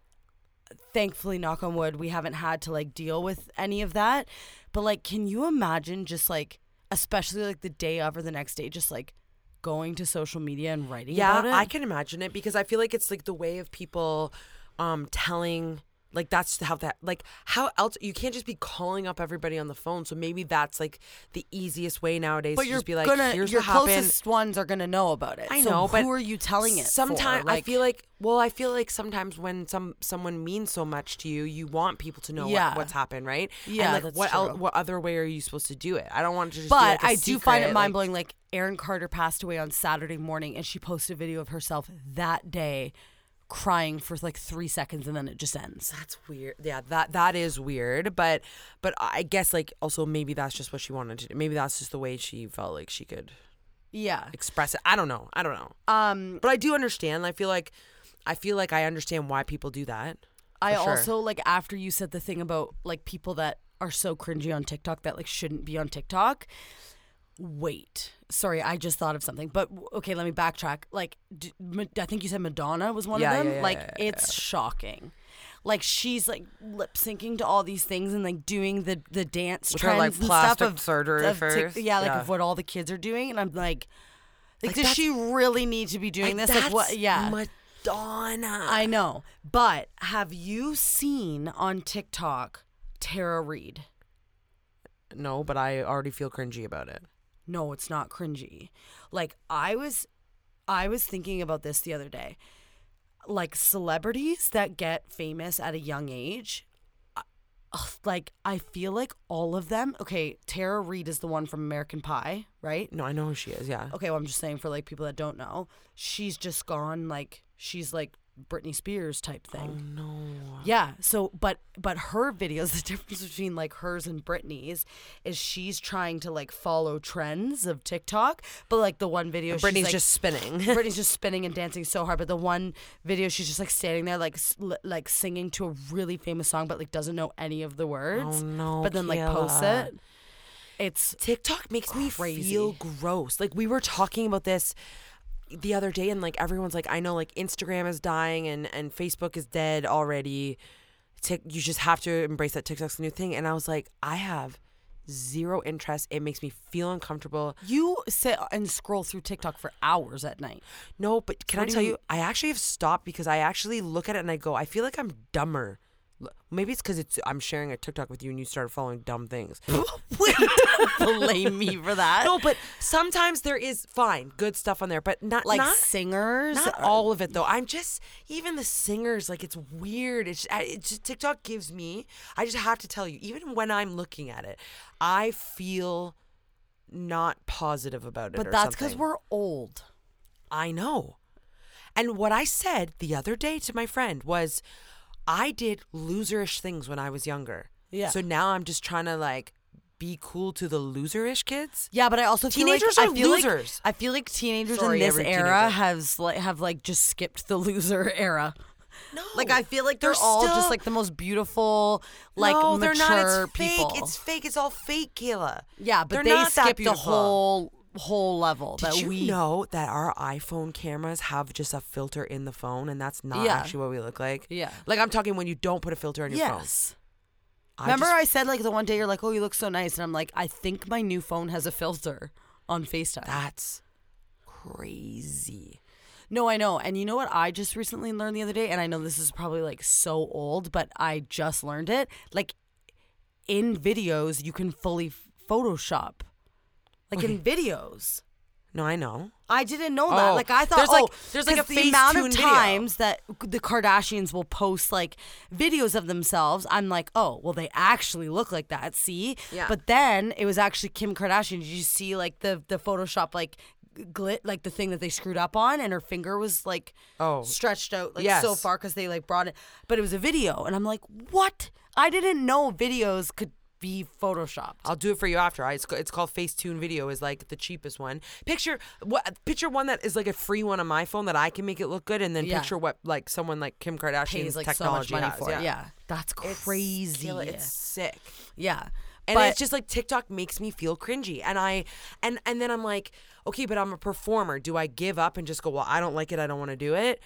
thankfully, knock on wood, we haven't had to like deal with any of that. But like, can you imagine just like, especially like the day of or the next day, just like going to social media and writing yeah, about it? I can imagine it because I feel like it's like the way of people um telling like that's how that like how else you can't just be calling up everybody on the phone. So maybe that's like the easiest way nowadays But to you're just be like gonna here's your what happened. closest ones are gonna know about it. I So know, but who are you telling it? Sometimes for? Like, I feel like well, I feel like sometimes when some someone means so much to you, you want people to know Yeah. what, what's happened, right? And, Yeah, like that's what el- true. what other way are you supposed to do it? I don't want to just. But be like a I do find it mind secret, like- blowing. Like Aaron Carter passed away on Saturday morning, and she posted a video of herself that day, crying for like three seconds, and then it just ends. That's weird. Yeah, that that is weird. But but I guess like also maybe that's just what she wanted to do. Maybe that's just the way she felt like she could Yeah. express it. I don't know. I don't know. Um. But I do understand. I feel like I feel like I understand why people do that. I sure. also like after you said the thing about like people that are so cringy on TikTok that like shouldn't be on TikTok. Wait, sorry, I just thought of something. But w- okay, let me backtrack. Like, d- Ma- I think you said Madonna was one Yeah, of them. yeah, yeah, like, yeah, it's shocking. Like she's like lip syncing to all these things and like doing the the dance With her, trends like, and plastic stuff of, surgery of Tik- first. yeah, like Yeah. of what all the kids are doing, and I'm like, like, Like, does that's- she really need to be doing Like, this? Like, what? that's Yeah, Madonna. I know. But have you seen on TikTok Tara Reid? no, but I already feel cringy about it. No, it's not cringy. Like I was I was thinking about this the other day. Like celebrities that get famous at a young age, I- ugh, like I feel like all of them. Okay, Tara Reid is the one from American Pie, right? No, I know who she is. Yeah. okay, well, I'm just saying for like people that don't know, she's just gone like she's like Britney Spears type thing. Oh no. Yeah. So, but but her videos, the difference between like hers and Britney's is she's trying to like follow trends of TikTok, but like the one video, she's, Brittany's like- just spinning. Britney's just spinning and dancing so hard, but the one video she's just like standing there, like s- li- like singing to a really famous song, but like doesn't know any of the words. Oh, no, But then like posts Kayla. it. It's TikTok makes me Crazy. feel gross. Like we were talking about this the other day and like everyone's like I know like Instagram is dying and and Facebook is dead already. Tik you just have to embrace that TikTok's the new thing and I was like I have zero interest. It makes me feel uncomfortable. you sit and scroll through TikTok for hours at night. No, but can What I do tell you- you, I actually have stopped because I actually look at it and I go, I feel like I'm dumber. L- Maybe it's because it's I'm sharing a TikTok with you and you started following dumb things. Wait, don't blame me for that. no, but sometimes there is fine good stuff on there, but not like not, singers, Not are- all of it though. I'm just even the singers. Like it's weird. It's, I- it's just, TikTok gives me. I just have to tell you. Even when I'm looking at it, I feel not positive about it. But or that's because something. we're old. I know. And what I said the other day to my friend was, I did loserish things when I was younger. Yeah. So now I'm just trying to like be cool to the loserish kids. Yeah, but I also feel like- Teenagers I are feel like, losers. I feel like teenagers Sorry, in this every era teenager. has like have like just skipped the loser era. No. Like I feel like they're, They're all still- just like the most beautiful, like no, mature they're not. It's people. fake. It's fake. It's all fake, Kayla. yeah, but They're they not that skipped the beautiful. whole whole level Did that you we know that our iPhone cameras have just a filter in the phone, and that's not Yeah. actually what we look like? Yeah. Like I'm talking when you don't put a filter on your phone. Yes. I Remember, just- I said like the one day you're like, "Oh, you look so nice," and I'm like, "I think my new phone has a filter on Facetime." that's crazy. No, I know. And you know what I just recently learned the other day? And I know this is probably like so old, but I just learned it. Like in videos, you can fully f- Photoshop. Like in videos. No, I know. I didn't know that. Oh, Like I thought, there's like- oh, there's like 'cause a the amount of Facetune video. times that the Kardashians will post like videos of themselves. I'm like, oh, well, they actually look like that. See, Yeah. But then it was actually Kim Kardashian. Did you see like the the Photoshop like glit, like the thing that they screwed up on, and her finger was like Oh, stretched out like so yes. far because they like brought it, but it was a video, and I'm like, what? I didn't know videos could be photoshopped. I'll do it for you after. I, it's, ca- it's called Facetune Video. Is like the cheapest one. Picture what? Picture one that is like a free one on my phone that I can make it look good, and then Yeah. picture what like someone like Kim Kardashian's Pays like so technology much money has. for it. yeah. Yeah. that's It's crazy. killer. It's sick. Yeah. And but it's just like TikTok makes me feel cringy, and I, and and then I'm like, okay, but I'm a performer. Do I give up and just go? Well, I don't like it. I don't want to do it,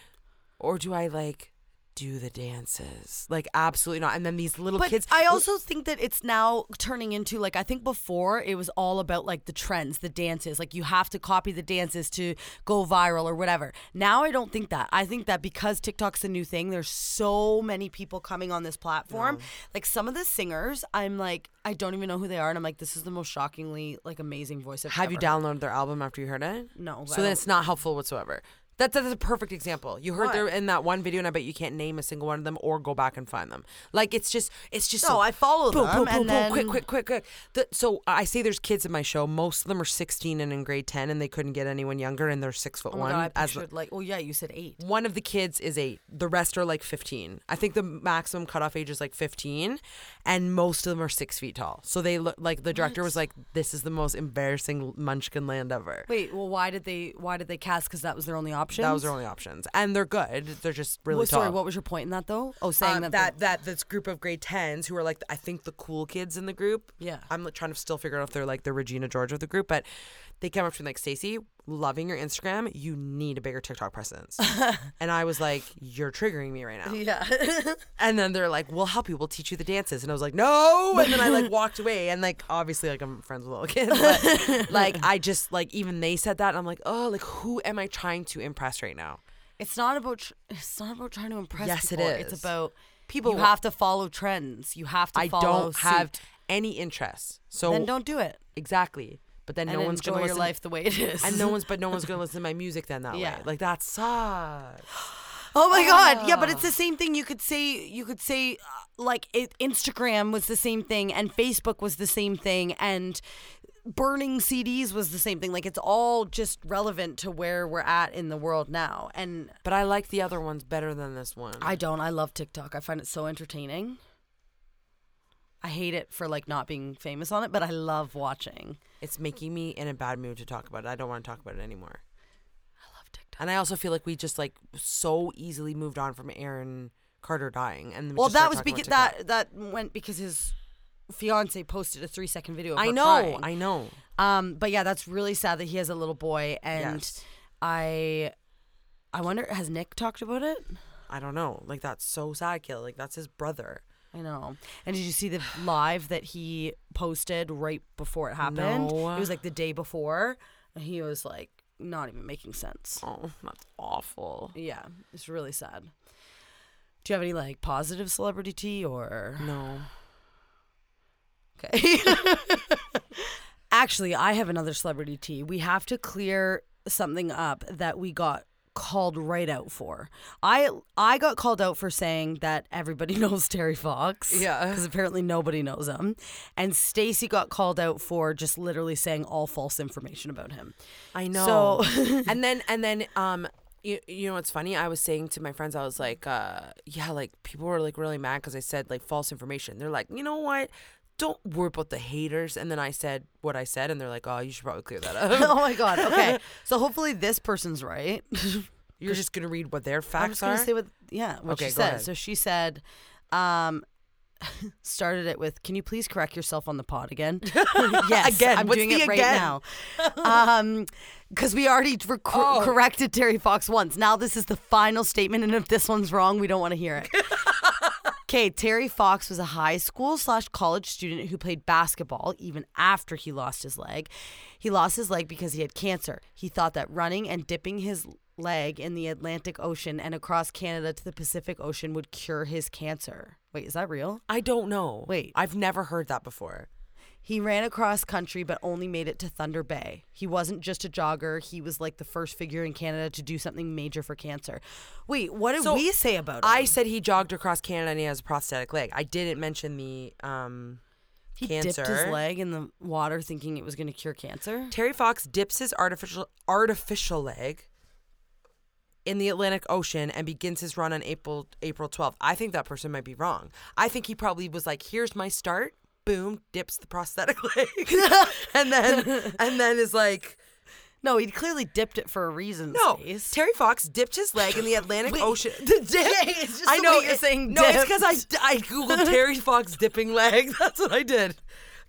or do I like do the dances? Like absolutely not. And then these little but kids. I also think that it's now turning into like I think before it was all about like the trends, the dances, like you have to copy the dances to go viral or whatever. Now I don't think that. I think that because TikTok's a new thing, there's so many people coming on this platform. Like some of the singers, I'm like I don't even know who they are and I'm like this is the most shockingly like amazing voice I've Have you ever- downloaded their album after you heard it? No, I So then don't- it's not helpful whatsoever. That, that's a perfect example. You heard What? there in that one video, and I bet you can't name a single one of them or go back and find them. Like it's just, it's just. No, so- I follow boom, them, Boom, and boom, boom, quick, then- quick, quick, quick. The, so I say there's kids in my show. Most of them are 16 and in grade 10, and they couldn't get anyone younger, and they're six foot Oh one. my God, I as- pictured, like oh yeah, you said 8. one of the kids is eight. The rest are like 15. I think the maximum cutoff age is like 15, and most of them are six feet tall. So they look like the director was like, "This is the most embarrassing Munchkin land ever." Wait, well why did they why did they cast cuz that was their only option? That was their only options, and they're good. They're just really Well, tall. sorry, what was your point in that though? Oh, saying Um, that, that that this group of grade tens who are like I think the cool kids in the group. Yeah. I'm like, trying to still figure out if they're like the Regina George of the group, but they came up to me like Stacey, loving your Instagram. You need a bigger TikTok presence, and I was like, you're triggering me right now. yeah. And then they're like, we'll help you. We'll teach you the dances. And I was like, no. And then I like walked away. And like, obviously, like I'm friends with little kids, but like I just like even they said that. And I'm like, oh, like who am I trying to impress right now? It's not about tr- it's not about trying to impress Yes, it people. It's is. about People You wa- have to follow trends. You have to. I follow don't have suit. any interest. So then don't do it. exactly. But then And no one's enjoy gonna your listen. life the way it is. and no one's, but no one's gonna listen to my music then that Yeah. way. Like that sucks. oh my god. Yeah, but Ah. it's the same thing. You could say you could say uh, like it, Instagram was the same thing, and Facebook was the same thing, and burning CDs was the same thing. Like it's all just relevant to where we're at in the world now. And But I like the other ones better than this one. I don't. I love TikTok. I find it so entertaining. I hate it for like not being famous on it, but I love watching. it's making me in a bad mood to talk about it. I don't want to talk about it anymore. I love TikTok. And I also feel like we just like so easily moved on from Aaron Carter dying, and we Well, just that started was talking about because TikTok. that that went because his fiance posted a three second video. Of I her know, crying. I know. Um, but yeah, that's really sad that he has a little boy, and Yes. I, I wonder has Nick talked about it? I don't know. Like that's so sad, Kayla. Like that's his brother. I know. And did you see the live that he posted right before it happened? No. It was like the day before. and He was like not even making sense. Oh, that's awful. Yeah, it's really sad. Do you have any like positive celebrity tea or No. okay? Actually, I have another celebrity tea. We have to clear something up that we got called right out for. I I got called out for saying that everybody knows Terry Fox. Yeah. Because apparently nobody knows him. And Stacy got called out for just literally saying all false information about him. I So- know. and then and then um you, you know what's funny? I was saying to my friends, I was like, uh, yeah, like people were like really mad because I said like false information. They're like, you know what? Don't worry about the haters. And then I said what I said, and they're like, oh, you should probably clear that up. oh my god. Okay. So hopefully this person's right. You're just gonna read what their I'm facts just gonna are. say what yeah what Okay, she go said. ahead. So she said, um, started it with, "Can you please correct yourself on the pod again?" yes, Again, I'm what's doing the it right again? now. Um, because we already rec- Oh. corrected Terry Fox once. Now this is the final statement, and if this one's wrong, we don't want to hear it. Okay, Terry Fox was a high school slash college student who played basketball even after he lost his leg. He lost his leg because he had cancer. He thought that running and dipping his leg in the Atlantic Ocean and across Canada to the Pacific Ocean would cure his cancer. Wait, is that real? I don't know. Wait. I've never heard that before. He ran across country but only made it to Thunder Bay. He wasn't just a jogger, he was like the first figure in Canada to do something major for cancer. Wait, what did So, we say about it? I said he jogged across Canada and he has a prosthetic leg. I didn't mention the um, he cancer. dipped his leg in the water thinking it was going to cure cancer. Terry Fox dips his artificial artificial leg in the Atlantic Ocean and begins his run on April April 12th. I think that person might be wrong. I think he probably was like, "Here's my start." Boom, dips the prosthetic leg. and then and then is like, No, he clearly dipped it for a reason. "No, Stace. Terry Fox dipped his leg in the Atlantic Wait, Ocean." The dip. it's just I the know way you're it- saying No, it's cuz I I googled Terry Fox dipping leg. That's what I did.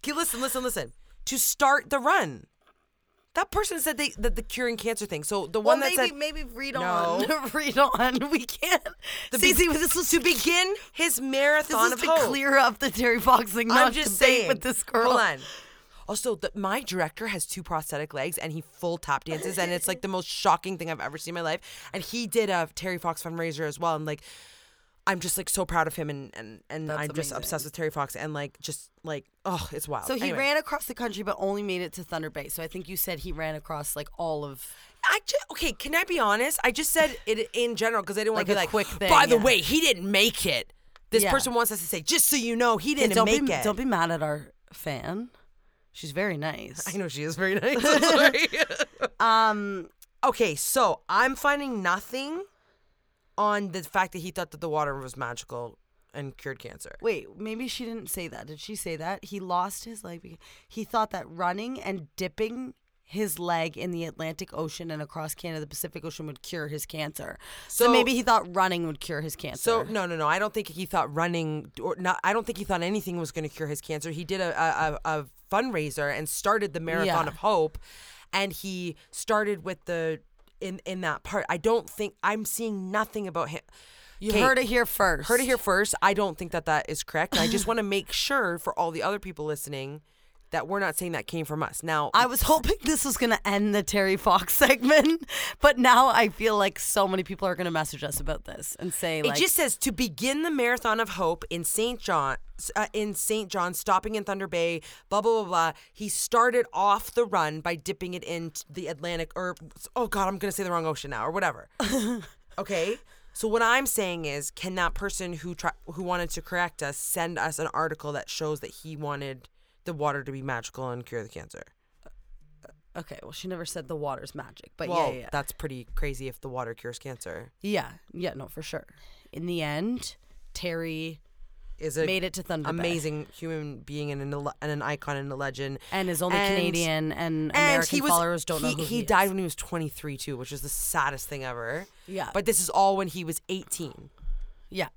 Okay, listen, listen, listen. To start the run. That person said they that the curing cancer thing. So the Well, one maybe, that said maybe read No. on. read on. We can't. The See, be- see, this was to begin his This marathon is of to hope. clear up the Terry Fox thing. Not I'm just debate saying with this girl. Hold on. Also, the, my director has two prosthetic legs, and he full tap dances, and it's like the most shocking thing I've ever seen in my life. And he did a Terry Fox fundraiser as well, and like, I'm just like so proud of him, and and, and I'm That's just amazing. obsessed with Terry Fox, and like just like oh, it's wild. So he Anyway. ran across the country, but only made it to Thunder Bay. So I think you said he ran across like all of. I ju- okay, can I be honest? I just said it in general because I didn't Like want to a be like. quick thing, By the yeah. way, he didn't make it. This Yeah. person wants us to say, just so you know, he didn't don't make be it. don't be mad at our fan. She's very nice. I know she is very nice. I'm sorry. Um, okay, so I'm finding nothing on the fact that he thought that the water was magical and cured cancer. wait, maybe she didn't say that. Did she say that he lost his leg? beca- He thought that running and dipping his leg in the Atlantic Ocean and across Canada, the Pacific Ocean, would cure his cancer. So, So- maybe he thought running would cure his cancer. So no, no, no. I don't think he thought running or not. I don't think he thought anything was going to cure his cancer. He did a a, a, a fundraiser and started the marathon Yeah. of hope, and he started with the in in that part. I don't think I'm seeing nothing about him. you Kate, heard it here first. Heard it here first. I don't think that that is correct. And I just want to make sure for all the other people listening that we're not saying that came from us. Now, I was hoping this was going to end the Terry Fox segment, but now I feel like so many people are going to message us about this and say, like, it just says to begin the marathon of hope in St. John, uh, in St. John, stopping in Thunder Bay, blah blah blah blah. He started off the run by dipping it in the Atlantic, or oh god, I'm gonna say the wrong ocean now, or whatever. okay. So what I'm saying is, can that person who tri- who wanted to correct us send us an article that shows that he wanted the water to be magical and cure the cancer? okay, well, she never said the water's magic, but Well, yeah, yeah, that's pretty crazy if the water cures cancer. yeah, yeah, no, for sure. In the end, Terry Is it made it to Thunder Bay. amazing human being and an, ele- and an icon and a legend and is only And- Canadian, and, and American he was, followers don't he, know who he, he, died Is. when he was 23 too which is the saddest thing ever Yeah. but this is all when he was 18 Yeah.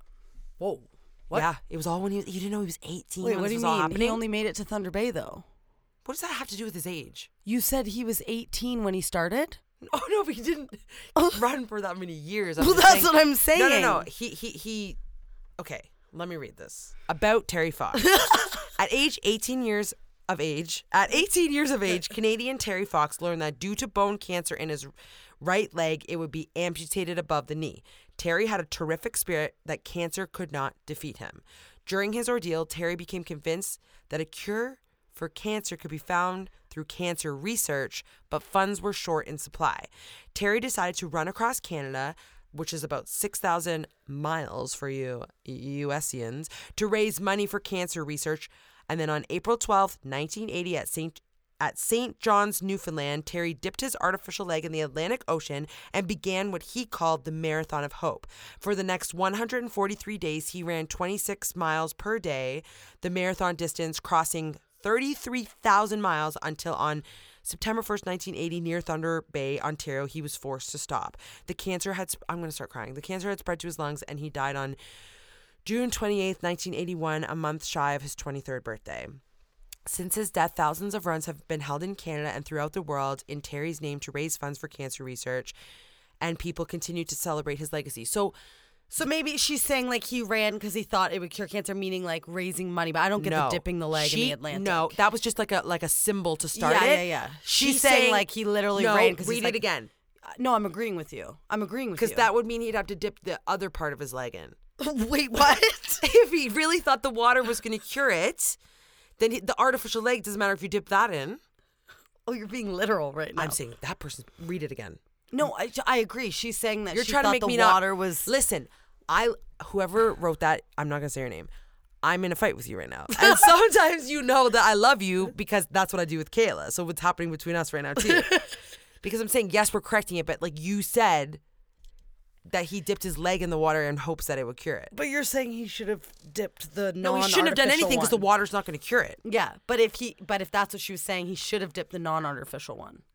Whoa. What? yeah it was all when he was you didn't know he was 18 Wait, when what this do you was all mean? happening He only made it to Thunder Bay, though. what does that have to do with his age You said he was 18 when he started. oh no but he didn't run for that many years I'm Oh. Well, just that's what I'm no no no saying. he he he okay let me read this about terry fox At age 18 years of age, at 18 years of age, Canadian Terry Fox learned that due to bone cancer in his right leg, it would be amputated above the knee. Terry had a terrific spirit that cancer could not defeat him. During his ordeal, Terry became convinced that a cure for cancer could be found through cancer research, but funds were short in supply. Terry decided to run across Canada which is about 6,000 miles for you USians, to raise money for cancer research. And then on April 12th, 1980, at St. At St. John's, Newfoundland, Terry dipped his artificial leg in the Atlantic Ocean and began what he called the Marathon of Hope. For the next 143 days, he ran 26 miles per day, the marathon distance crossing 33,000 miles until on September 1st, 1980, near Thunder Bay, Ontario, he was forced to stop. The cancer had, sp- I'm going to start crying. The cancer had spread to his lungs and he died on June 28th, 1981, a month shy of his 23rd birthday. Since his death, thousands of runs have been held in Canada and throughout the world in Terry's name to raise funds for cancer research, and people continue to celebrate his legacy. So, So maybe she's saying like he ran because he thought it would cure cancer, meaning like raising money. But I don't get no, the dipping the leg in She- the Atlantic. No, that was just like a like a symbol to start Yeah, it. yeah, yeah. She's saying, like, he literally no, ran 'cause he's read like- it again. Uh, no, I'm agreeing with you. I'm agreeing with you. Because that would mean he'd have to dip the other part of his leg in. Wait, what? if he really thought the water was going to cure it, Then the artificial leg doesn't matter if you dip that in. Oh, you're being literal right now. I'm saying that person. Read it again. no, I, I agree. She's saying that You're she trying to thought make the me water not, was. Listen, I whoever wrote that, I'm not gonna say your name. I'm in a fight with you right now, and sometimes you know that I love you because that's what I do with Kayla. So what's happening between us right now too? because I'm saying yes, we're correcting it, but like you said, that he dipped his leg in the water in hopes that it would cure it. but you're saying he should have dipped the No, he shouldn't have done anything because the water's not gonna cure it. Yeah, but if he, but if that's what she was saying, he should have dipped the non-artificial one.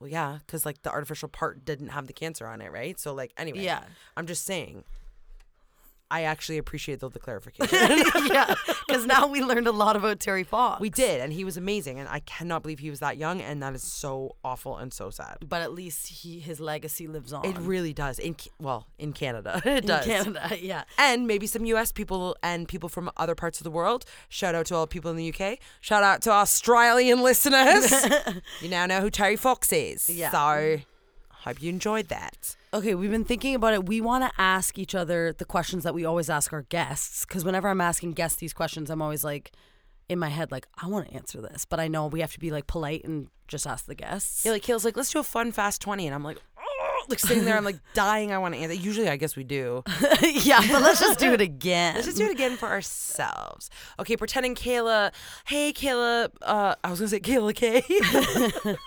Well, yeah, because like the artificial part didn't have the cancer on it, right? So like anyway, Yeah. I'm just saying. I actually appreciate though the clarification. yeah, because now we learned a lot about Terry Fox. we did, and he was amazing, and I cannot believe he was that young, and that is so awful and so sad. but at least he his legacy lives on. It really does. In Ca- well, in Canada, it does. in Canada. Yeah, And maybe some U.S. people and people from other parts of the world. Shout out to all people in the U.K. Shout out to Australian listeners. you now know who Terry Fox is. Yeah. So, hope you enjoyed that. Okay, we've been thinking about it. We want to ask each other the questions that we always ask our guests because whenever I'm asking guests these questions, I'm always like in my head like I want to answer this, but I know we have to be like polite and just ask the guests. Yeah, like Kayla's like, let's do a fun fast twenty, and I'm like, "Oh," like sitting there, I'm like dying. I want to answer. Usually, I guess we do. yeah, but let's just do it again. Let's just do it again for ourselves. Okay, pretending Kayla. Hey, Kayla. Uh, I was gonna say Kayla K.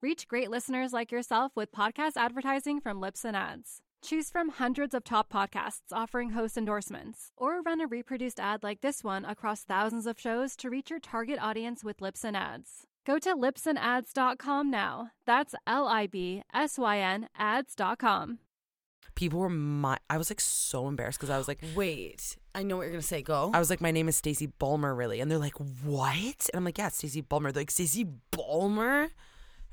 Reach great listeners like yourself with podcast advertising from Lips and Ads. Choose from hundreds of top podcasts offering host endorsements, or run a reproduced ad like this one across thousands of shows to reach your target audience with Lips and Ads. Go to lipsandads.com now. That's L I B S Y N ads.com. People were my. I was like so embarrassed because I was like, Wait, I know what you're gonna say. Go. I was like, my name is Stacey Balmer, really, and they're like, what? And I'm like, yeah, it's Stacey Balmer. They're like, Stacey Balmer. And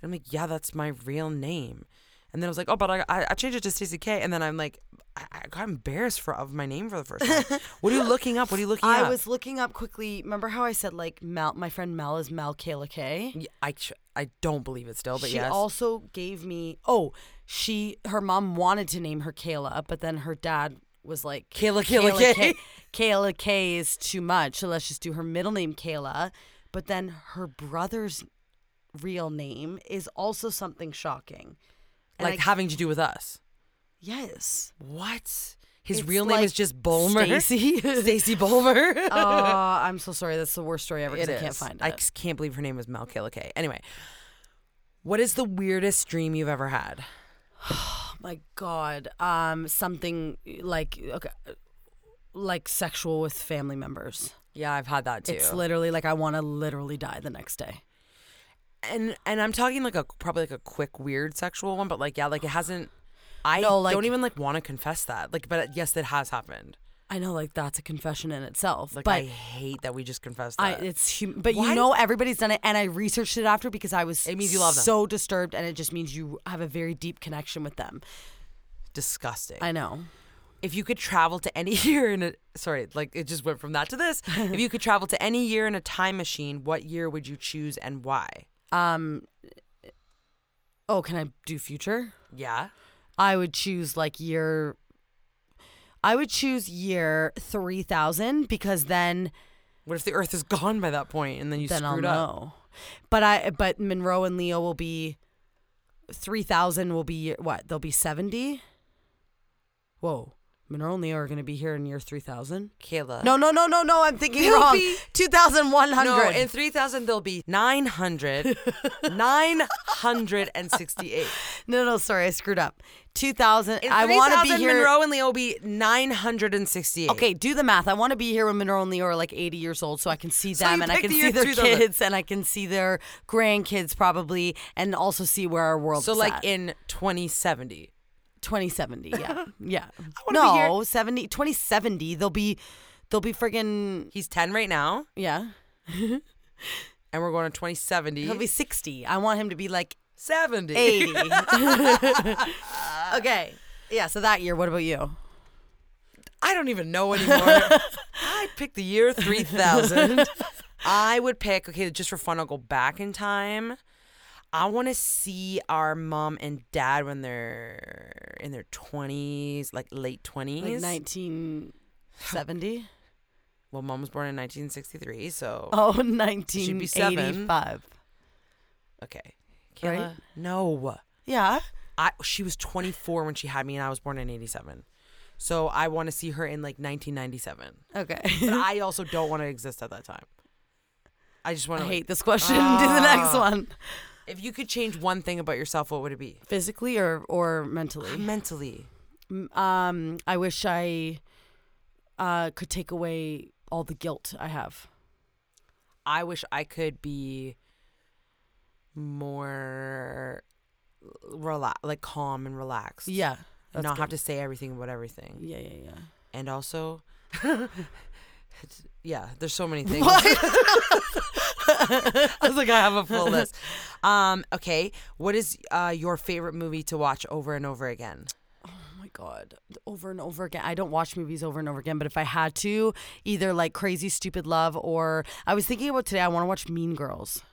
I'm like, yeah, that's my real name. And then I was like, oh, but I, I I changed it to Stacey K. And then I'm like, I, I got embarrassed for of my name for the first time. what are you looking up? What are you looking up? I was looking up quickly. Remember how I said like Mal? My friend Mal is Mal Kayla K. Yeah, I ch- I don't believe it still, but she yes. also gave me oh she her mom wanted to name her Kayla, but then her dad was like Kayla, Kayla Kayla K. K." Kayla K is too much, so let's just do her middle name Kayla. But then her brother's real name is also something shocking. And like I- having to do with us. yes. What? His It's real name is like just Bulmer. Stacey. Stacey Bulmer. Oh, I'm so sorry. That's the worst story ever. 'cause It I can't is. find it. I c- can't believe her name is Mel Kayla Kay. Anyway, what is the weirdest dream you've ever had? Oh my god um something like okay, like sexual with family members Yeah, I've had that too. it's literally like i want to literally die the next day and and I'm talking like a probably like a quick weird sexual one, but like yeah, like it hasn't. I No, like- don't even like want to confess that. Like, but yes, it has happened. i know like that's a confession in itself Like, I but hate that we just confessed I, that. it's hum- but Why- you know everybody's done it and i researched it after because i was It means you love them. so disturbed and it just means you have a very deep connection with them disgusting. i know if you could travel to any year in a sorry, like it just went from that to this. if you could travel to any year in a time machine, what year would you choose and why? um oh can i do future Yeah. I would choose like year. I would choose year three thousand because then What if the Earth is gone by that point and then you then I'll screwed up? know. But I but Monroe and Leo will be three thousand will be what they'll be seventy. Whoa, Monroe and Leo are going to be here in year three thousand. Kayla. No, no, no, no, no. I'm thinking They'll wrong. be- Two thousand one hundred. No, in 3,000, there'll be 900, 968. no, no. Sorry, I screwed up. Two thousand. In I want to be 3,000, here. Monroe and Leo will be 968. Okay, do the math. I want to be here when Monroe and Leo are like 80 years old so I can see you them and I pick can the see year their 2000. kids and I can see their grandkids probably and also see where our world So, is like at. in 2070. 2070, yeah. yeah. wanna be here- No, 70 2070, they'll be they'll be friggin' He's 10 right now. yeah. and we're going to 2070. He'll be 60. I want him to be like 70. 80. okay. Yeah, so that year, what about you? I don't even know anymore. I'd pick the year 3000. I would pick, okay, just for fun, I'll go back in time. I want to see our mom and dad when they're in their 20s, like late 20s. Like 1970? well, mom was born in 1963, so. Oh, She'd be seven. 1985. Okay. Right? Kayla, No. Yeah. I she was 24 when she had me and I was born in 87. So I want to see her in like 1997. Okay. But I also don't want to exist at that time. I just want I to hate this question. Do the next Ah. one. If you could change one thing about yourself, what would it be? Physically or or mentally? Mentally. M- Um, I wish I uh could take away all the guilt I have. I wish I could be more rela- like calm and relaxed. Yeah. And that's not good. have to say everything about everything. Yeah, yeah, yeah. And also it's- yeah, there's so many things. I was like, I have a full list. Um, okay, what is uh, your favorite movie to watch over and over again? Oh my god, over and over again. I don't watch movies over and over again, but if I had to, either like Crazy Stupid Love or I was thinking about today. I want to watch Mean Girls.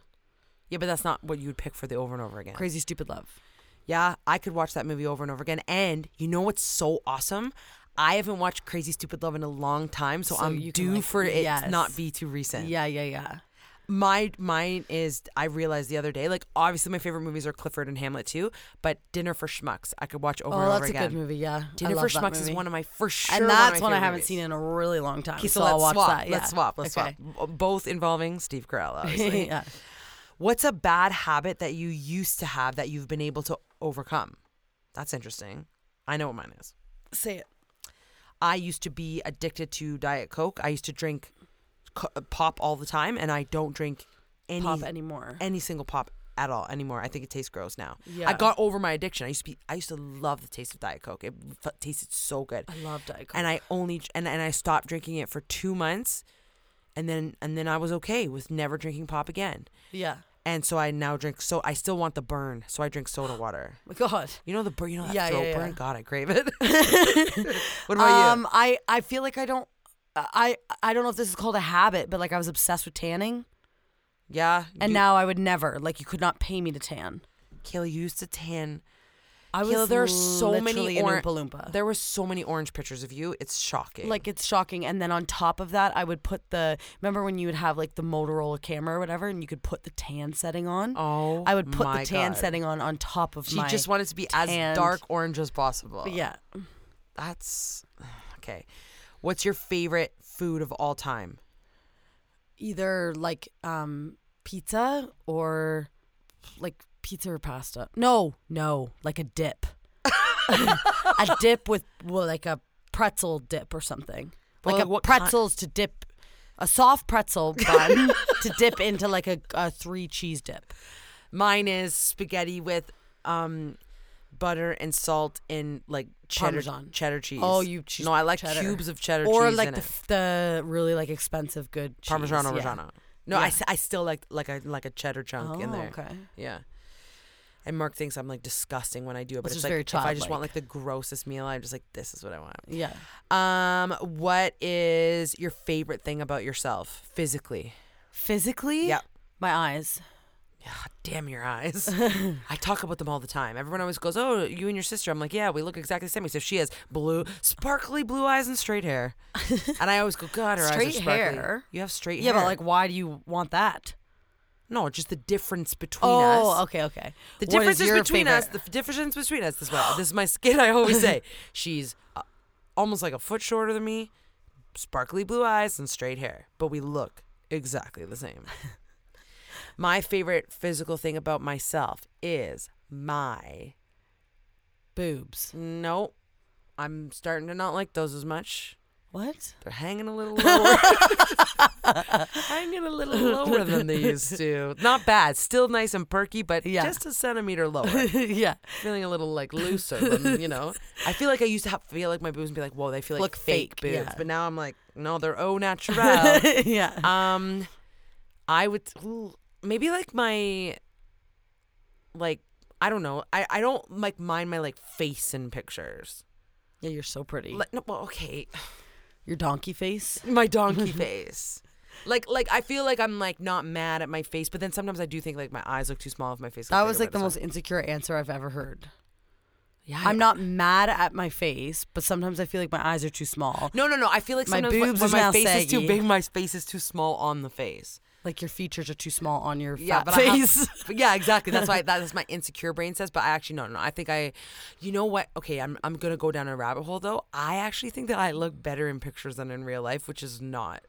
Yeah, but that's not what you'd pick for the over and over again. Crazy Stupid Love. Yeah, I could watch that movie over and over again. And you know what's so awesome? I haven't watched Crazy Stupid Love in a long time, so, So I'm you can, due like, for it to yes. not be too recent. Yeah, yeah, yeah. My mine is I realized the other day, like obviously my favorite movies are Clifford and Hamlet too, but Dinner for Schmucks I could watch over Oh, and over that's a again. good movie. Yeah, Dinner for Schmucks is one of my for sure. and that's one, I one haven't seen in a really long time. Okay, so, so let's I'll watch swap. that. Yeah. Let's swap. Let's Okay. swap. B- Both involving Steve Carell, obviously. yeah. What's a bad habit that you used to have that you've been able to overcome? That's interesting. I know what mine is. Say it. I used to be addicted to Diet Coke. I used to drink co- uh, pop all the time, and I don't drink any Pop anymore. any single pop at all anymore. I think it tastes gross now. I Yeah. got over my addiction. I used to be. I used to love the taste of Diet Coke. It f- tasted so good. I love Diet Coke. and I only and and I stopped drinking it for two months, and then and then I was okay with never drinking pop again. yeah. And so I now drink. So I still want the burn. So I drink soda water. My God. You know the burn. You know that Yeah, yeah, throat yeah. burn. God, I crave it. what about you? Um, I I feel like I don't. I I don't know if this is called a habit, but like I was obsessed with tanning, Yeah. and you- now I would never. Like you could not pay me to tan. Kayla you used to tan. I Kayla, was there are so many literally an orange. Oompa Loompa. There were so many orange pictures of you. It's shocking. like it's shocking. And then on top of that, I would put the remember when you would have like the Motorola camera or whatever, and you could put the tan setting on. Oh I would put my the tan God. setting on on top of she my. just wanted to be as tanned- dark orange as possible. But yeah, That's okay. What's your favorite food of all time? either like um pizza or like pizza or pasta. No, no, like a dip. a dip with well, like a pretzel dip or something. Well, Like like a what kind- pretzels to dip a soft pretzel bun to dip into like a, a three cheese dip. Mine is spaghetti with um butter and salt and like cheddar Parmesan. cheddar cheese. Oh, you choose No, I like cheddar. cubes of cheddar or cheese like in the, it. f- the really like expensive good cheese. Parmigiano yeah. Reggiano. No, I Yeah. s I I, still like like a like a cheddar chunk in Oh, there. okay. Yeah. And Mark thinks I'm like disgusting when I do it, but This it's is like very if I just childlike. want like the grossest meal, I'm just like this is what I want. Yeah. Um, what is your favorite thing about yourself physically? Physically, Yep. my eyes. God damn your eyes. I talk about them all the time. Everyone always goes, Oh, you and your sister. I'm like, Yeah, we look exactly the same. Except she has blue, sparkly blue eyes and straight hair. and I always go, God, her eyes are Straight sparkly. hair? You have straight Yeah, hair. but like, why do you want that? No, just the difference between us. oh, okay, okay. The What difference is is your between us. The favorite? f- difference between us is well. This is my skin. I always say she's uh, almost like a foot shorter than me, sparkly blue eyes and straight hair, but we look exactly the same. my favorite physical thing about myself is my boobs. no. I'm starting to not like those as much. What? They're hanging a little lower. hanging a little lower than they used to. Not bad. Still nice and perky, but Yeah. just a centimeter lower yeah. feeling a little like looser than you know. I feel like I used to have, feel like my boobs would be like, whoa, they feel like Look fake, fake, boobs, yeah. but Uh, now I'm like, no, they're au naturel. yeah. um, I would. ooh, maybe like my like I don't know. I, I don't like mind my like face in pictures. Yeah, you're so pretty. Like, no, well, okay, Your donkey face. my donkey face. Like like I feel like I'm like not mad at my face, but then sometimes I do think like my eyes look too small if my face. That looked was bigger, like the but most it's insecure answer I've ever heard. not- Yeah, I- I'm not mad at my face, but sometimes I feel like my eyes are too small. No, no, no. I feel like My sometimes when- boobs when is my now face is too saggy. big, my face is too small on the face. Like your features are too small on your yeah, fat but I have- face. but yeah, exactly. That's why that's my insecure brain says. But I actually no, no. I think I, you know what? Okay, I'm I'm gonna go down a rabbit hole though. I actually think that I look better in pictures than in real life, which is not.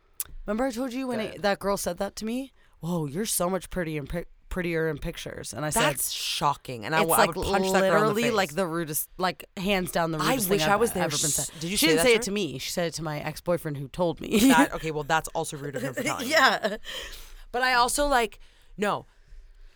Remember I told you when it, that girl said that to me? Whoa, you're so much pretty in pic- prettier in pictures. And I said, That's shocking. And I, it's w- I like would punch that literally girl in the face. like the rudest, like hands down the I rudest wish thing I I've was there. ever been said. Did you She say didn't that say to it to me. She said it to my ex boyfriend who told me. That- okay, well that's also rude of her. For telling you. yeah. But I also like no.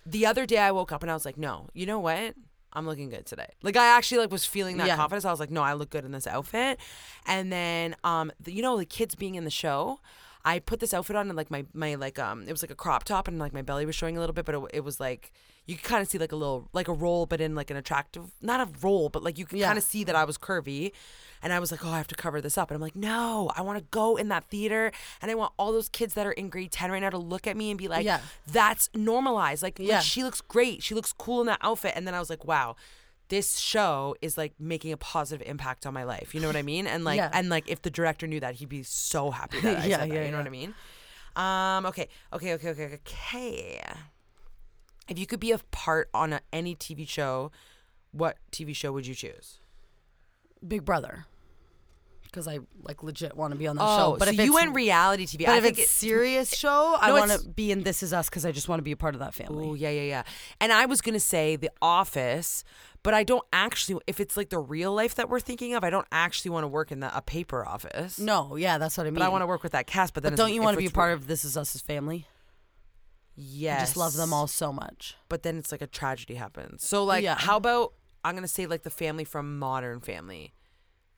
The other day I woke up and I was like, no, you know what? I'm looking good today. Like I actually like was feeling that Yeah. confidence. I was like, no, I look good in this outfit. And then um, the, you know, the kids being in the show. I put this outfit on and like my my like um it was like a crop top and like my belly was showing a little bit but it, it was like you could kind of see like a little like a roll but in like an attractive not a roll but like you could Yeah. kind of see that I was curvy and I was like oh I have to cover this up and I'm like no I want to go in that theater and I want all those kids that are in grade 10 right now to look at me and be like Yeah. that's normalized. Like, like, Yeah. she looks great. She looks cool in that outfit. And then I was like, wow, this show is like making a positive impact on my life. You know what I mean? And like, Yeah. and like, if the director knew that, he'd be so happy that I Yeah, said that. yeah, you know what yeah. I mean? Um. Okay. Okay. Okay. Okay. Okay. If you could be a part on a, any TV show, what TV show would you choose? Big Brother. Because I like legit want to be on that Oh, show. But so if you it's, went reality TV. but I if think it's serious show, I No, want it's- to be in This Is Us because I just want to be a part of that family. Oh yeah, yeah, yeah. And I was gonna say The Office, but I don't actually. If it's like the real life that we're thinking of, I don't actually want to work in the, a paper office. No, yeah, that's what I mean. but I want to work with that cast. But then, But it's- don't you if want to be a it's- part of This Is Us's family? Yes, I just love them all so much. But then it's like a tragedy happens. So like, Yeah. how about I'm gonna say like the family from Modern Family.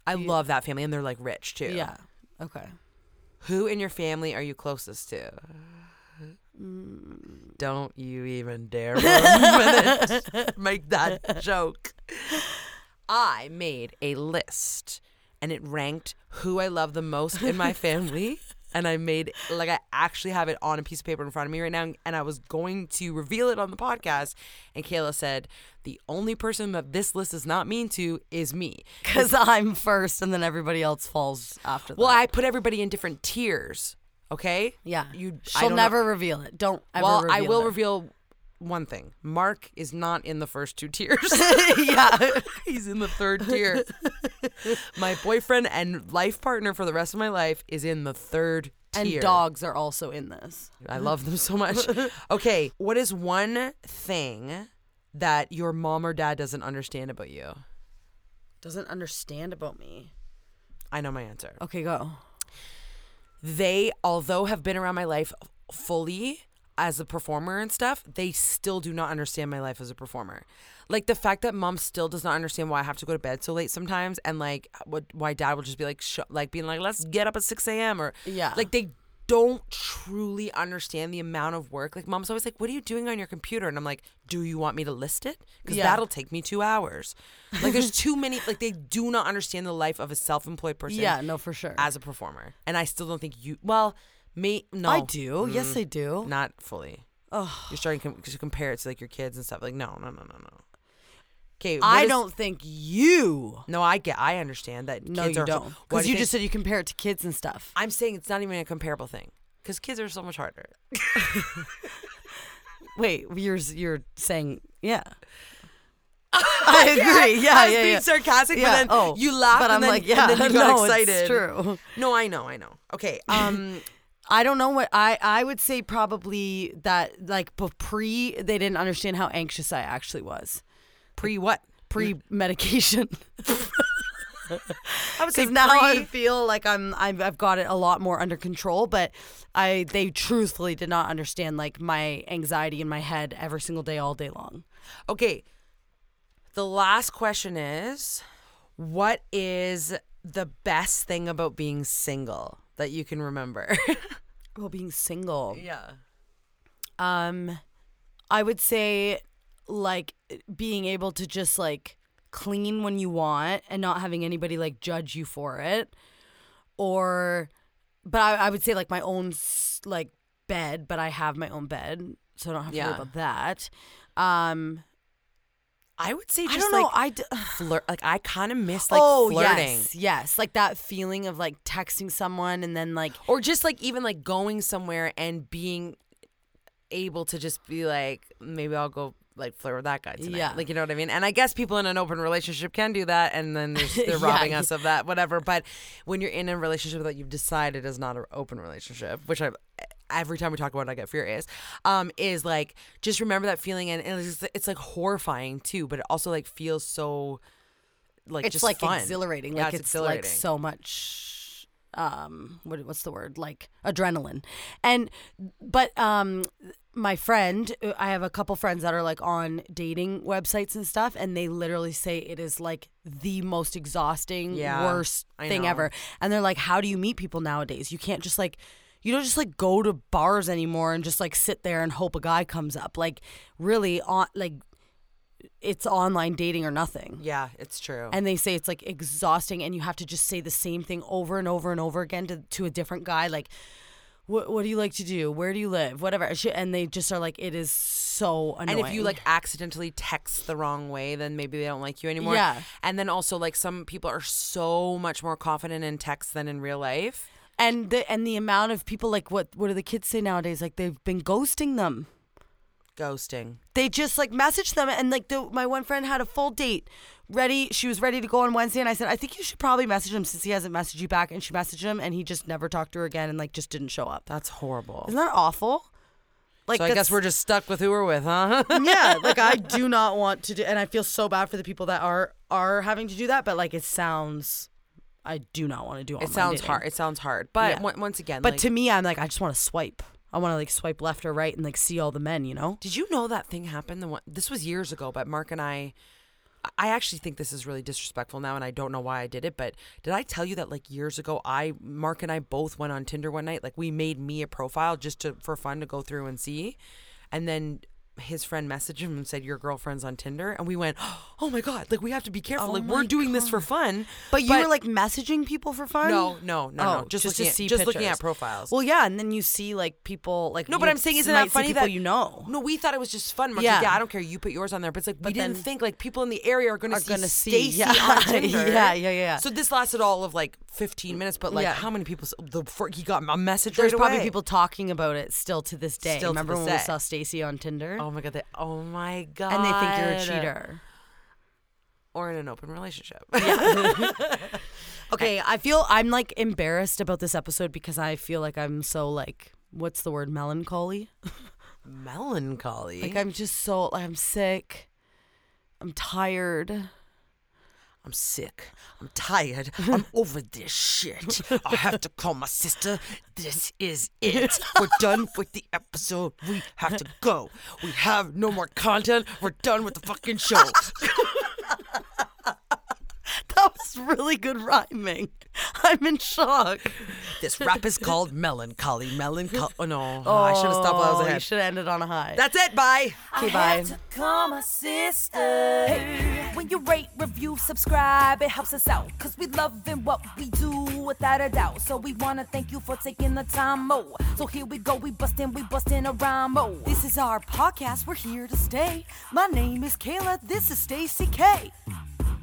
I love that family, and they're like rich too. Yeah. Okay. Who in your family are you closest to? Mm. Don't you even dare for a minute make that joke. I made a list and it ranked who I love the most in my family. And I made, like, I actually have it on a piece of paper in front of me right now. And I was going to reveal it on the podcast. And Kayla said, The only person that this list is not mean to is me. Because I'm first, and then everybody else falls after that. Well, I put everybody in different tiers. Okay. yeah, You. I She'll don't know- never reveal it. Don't ever. well, reveal I will it. reveal one thing. Mark is not in the first two tiers. yeah. He's in the third tier. my boyfriend and life partner for the rest of my life is in the third And tier. dogs are also in this. I love them so much. Okay, what is one thing that your mom or dad doesn't understand about you? Doesn't understand about me. I know my answer. Okay, go. they although have been around my life fully as a performer and stuff they still do not understand my life as a performer like the fact that mom still does not understand why i have to go to bed so late sometimes and like what why dad will just be like sh- like being like let's get up at 6 a.m or Yeah. like they don't truly understand the amount of work like mom's always like what are you doing on your computer and i'm like do you want me to list it because Yeah. that'll take me two hours like there's too many like they do not understand the life of a self-employed person Yeah, no, for sure. as a performer, and I still don't think you. Well, me, no, I do. Yes, I do. not fully. You're starting com- to compare it to like your kids and stuff. Like, no, no, no, no, no. Okay, I don't think you. No, I get. I understand that. No, kids you are, don't. Why Because do you think- just said you compare it to kids and stuff. I'm saying it's not even a comparable thing because kids are so much harder. Wait, you're you're saying yeah. I agree. Yeah, I was yeah, being yeah. oh, sarcastic, but then you laugh, But and I'm then- like, and yeah, then you got no, excited. It's true. No, I know, I know. Okay, um, I don't know what I I would say probably that like b- pre they didn't understand how anxious I actually was pre what? pre medication I would say because now I pre- feel like I'm, I'm I've got it a lot more under control but I they truthfully did not understand like my anxiety in my head every single day all day long Okay. The last question is what is the best thing about being single that you can remember? well being single yeah. um I would say like being able to just like clean when you want and not having anybody like judge you for it or but I, I would say like my own s- like bed but I have my own bed so I don't have to Yeah. worry about that um I would say I just don't know like I d- flirt. Like I kind of miss like oh flirting. yes yes like that feeling of like texting someone and then like or just like even like going somewhere and being able to just be like maybe i'll go like flirt with that guy tonight. Yeah. like you know what i mean and i guess people in an open relationship can do that and then there's- Yeah, they're robbing yeah. us of that whatever but when you're in a relationship that you've decided is not an open relationship which i every time we talk about it i get furious um is like just remember that feeling and it's, it's like horrifying too but it also like feels so like it's just like fun. exhilarating. Yeah, like it's, it's, exhilarating like so much um what, what's the word? Like adrenaline. And but um my friend, uh, I have a couple friends that are like on dating websites and stuff and they literally say it is like the most exhausting, Yeah, worst I thing know. ever. And they're like how do you meet people nowadays? You can't just like you don't just like go to bars anymore and just like sit there and hope a guy comes up. Like really on like it's online dating or nothing. yeah it's true And they say it's like exhausting, and you have to just say the same thing over and over and over again to, to a different guy. Like, what what do you like to do? Where do you live? Whatever. Sh- And they just are like, it is so annoying. And if you like accidentally text the wrong way, then maybe they don't like you anymore. Yeah. And then also like some people are so much more confident in text than in real life. and the and the amount of people like what what do the kids say nowadays? Like they've been ghosting them. Ghosting. they just like messaged them and like the, my one friend had a full date ready she was ready to go on wednesday and i said i think you should probably message him since he hasn't messaged you back and she messaged him and he just never talked to her again and like just didn't show up That's horrible. isn't that awful like so I guess that's- we're just stuck with who we're with, huh? yeah like i do not want to do and i feel so bad for the people that are are having to do that but like it sounds i do not want to do it online sounds dating. hard. It sounds hard. But Yeah. on- once again, but like, to me i'm like i just want to swipe i want to like swipe left or right and like see all the men you know Did you know that thing happened? The one this was years ago, but Mark and I, I actually think this is really disrespectful now, and I don't know why I did it. But did I tell you that like years ago, I Mark and I both went on Tinder one night. Like we made me a profile just to for fun to go through and see, and then his friend messaged him and said your girlfriend's on Tinder, and we went, oh my god, like we have to be careful. Oh like my we're doing this for fun. But you were like messaging people for fun? No, no, no, no. Oh, Just to looking at- see just looking pictures. at profiles. Well, yeah, and then you see like people like No, but you I'm saying, s- isn't might that see funny people that you know No, we thought it was just fun. Mark's Yeah. like, yeah, I don't care. You put yours on there, but it's like we But didn't then- think like people in the area are going Are to see gonna see, Stacy yeah. on Tinder. Yeah, yeah, yeah, yeah. So this lasted all of like 15 minutes, but like Yeah. how many people? s- The fir- he got a message. There's right probably away. people talking about it still to this day. Still to Remember this when we day. saw Stacy on Tinder? Oh my god! They, oh my god! and they think you're a cheater. or in an open relationship. Okay, I feel I'm like embarrassed about this episode because I feel like I'm so like what's the word melancholy? Melancholy. Like I'm just so like, I'm sick. I'm tired. I'm sick. I'm tired. I'm over this shit. I have to call my sister. This is it. We're done with the episode. We have to go. We have no more content. We're done with the fucking show. That was really good rhyming. I'm in shock. This rap is called Melancholy. Melancholy. Oh, no. I should have stopped while I was Oh, You ahead. should have ended on a high. That's it. Bye. okay, I bye. have to call my sister. When you rate, review, subscribe, it helps us out. Cause we love in what we do without a doubt. So we wanna thank you for taking the time, oh. So here we go, we bustin', we bustin' a rhyme, oh. This is our podcast, we're here to stay. My name is Kayla, this is Stacy K.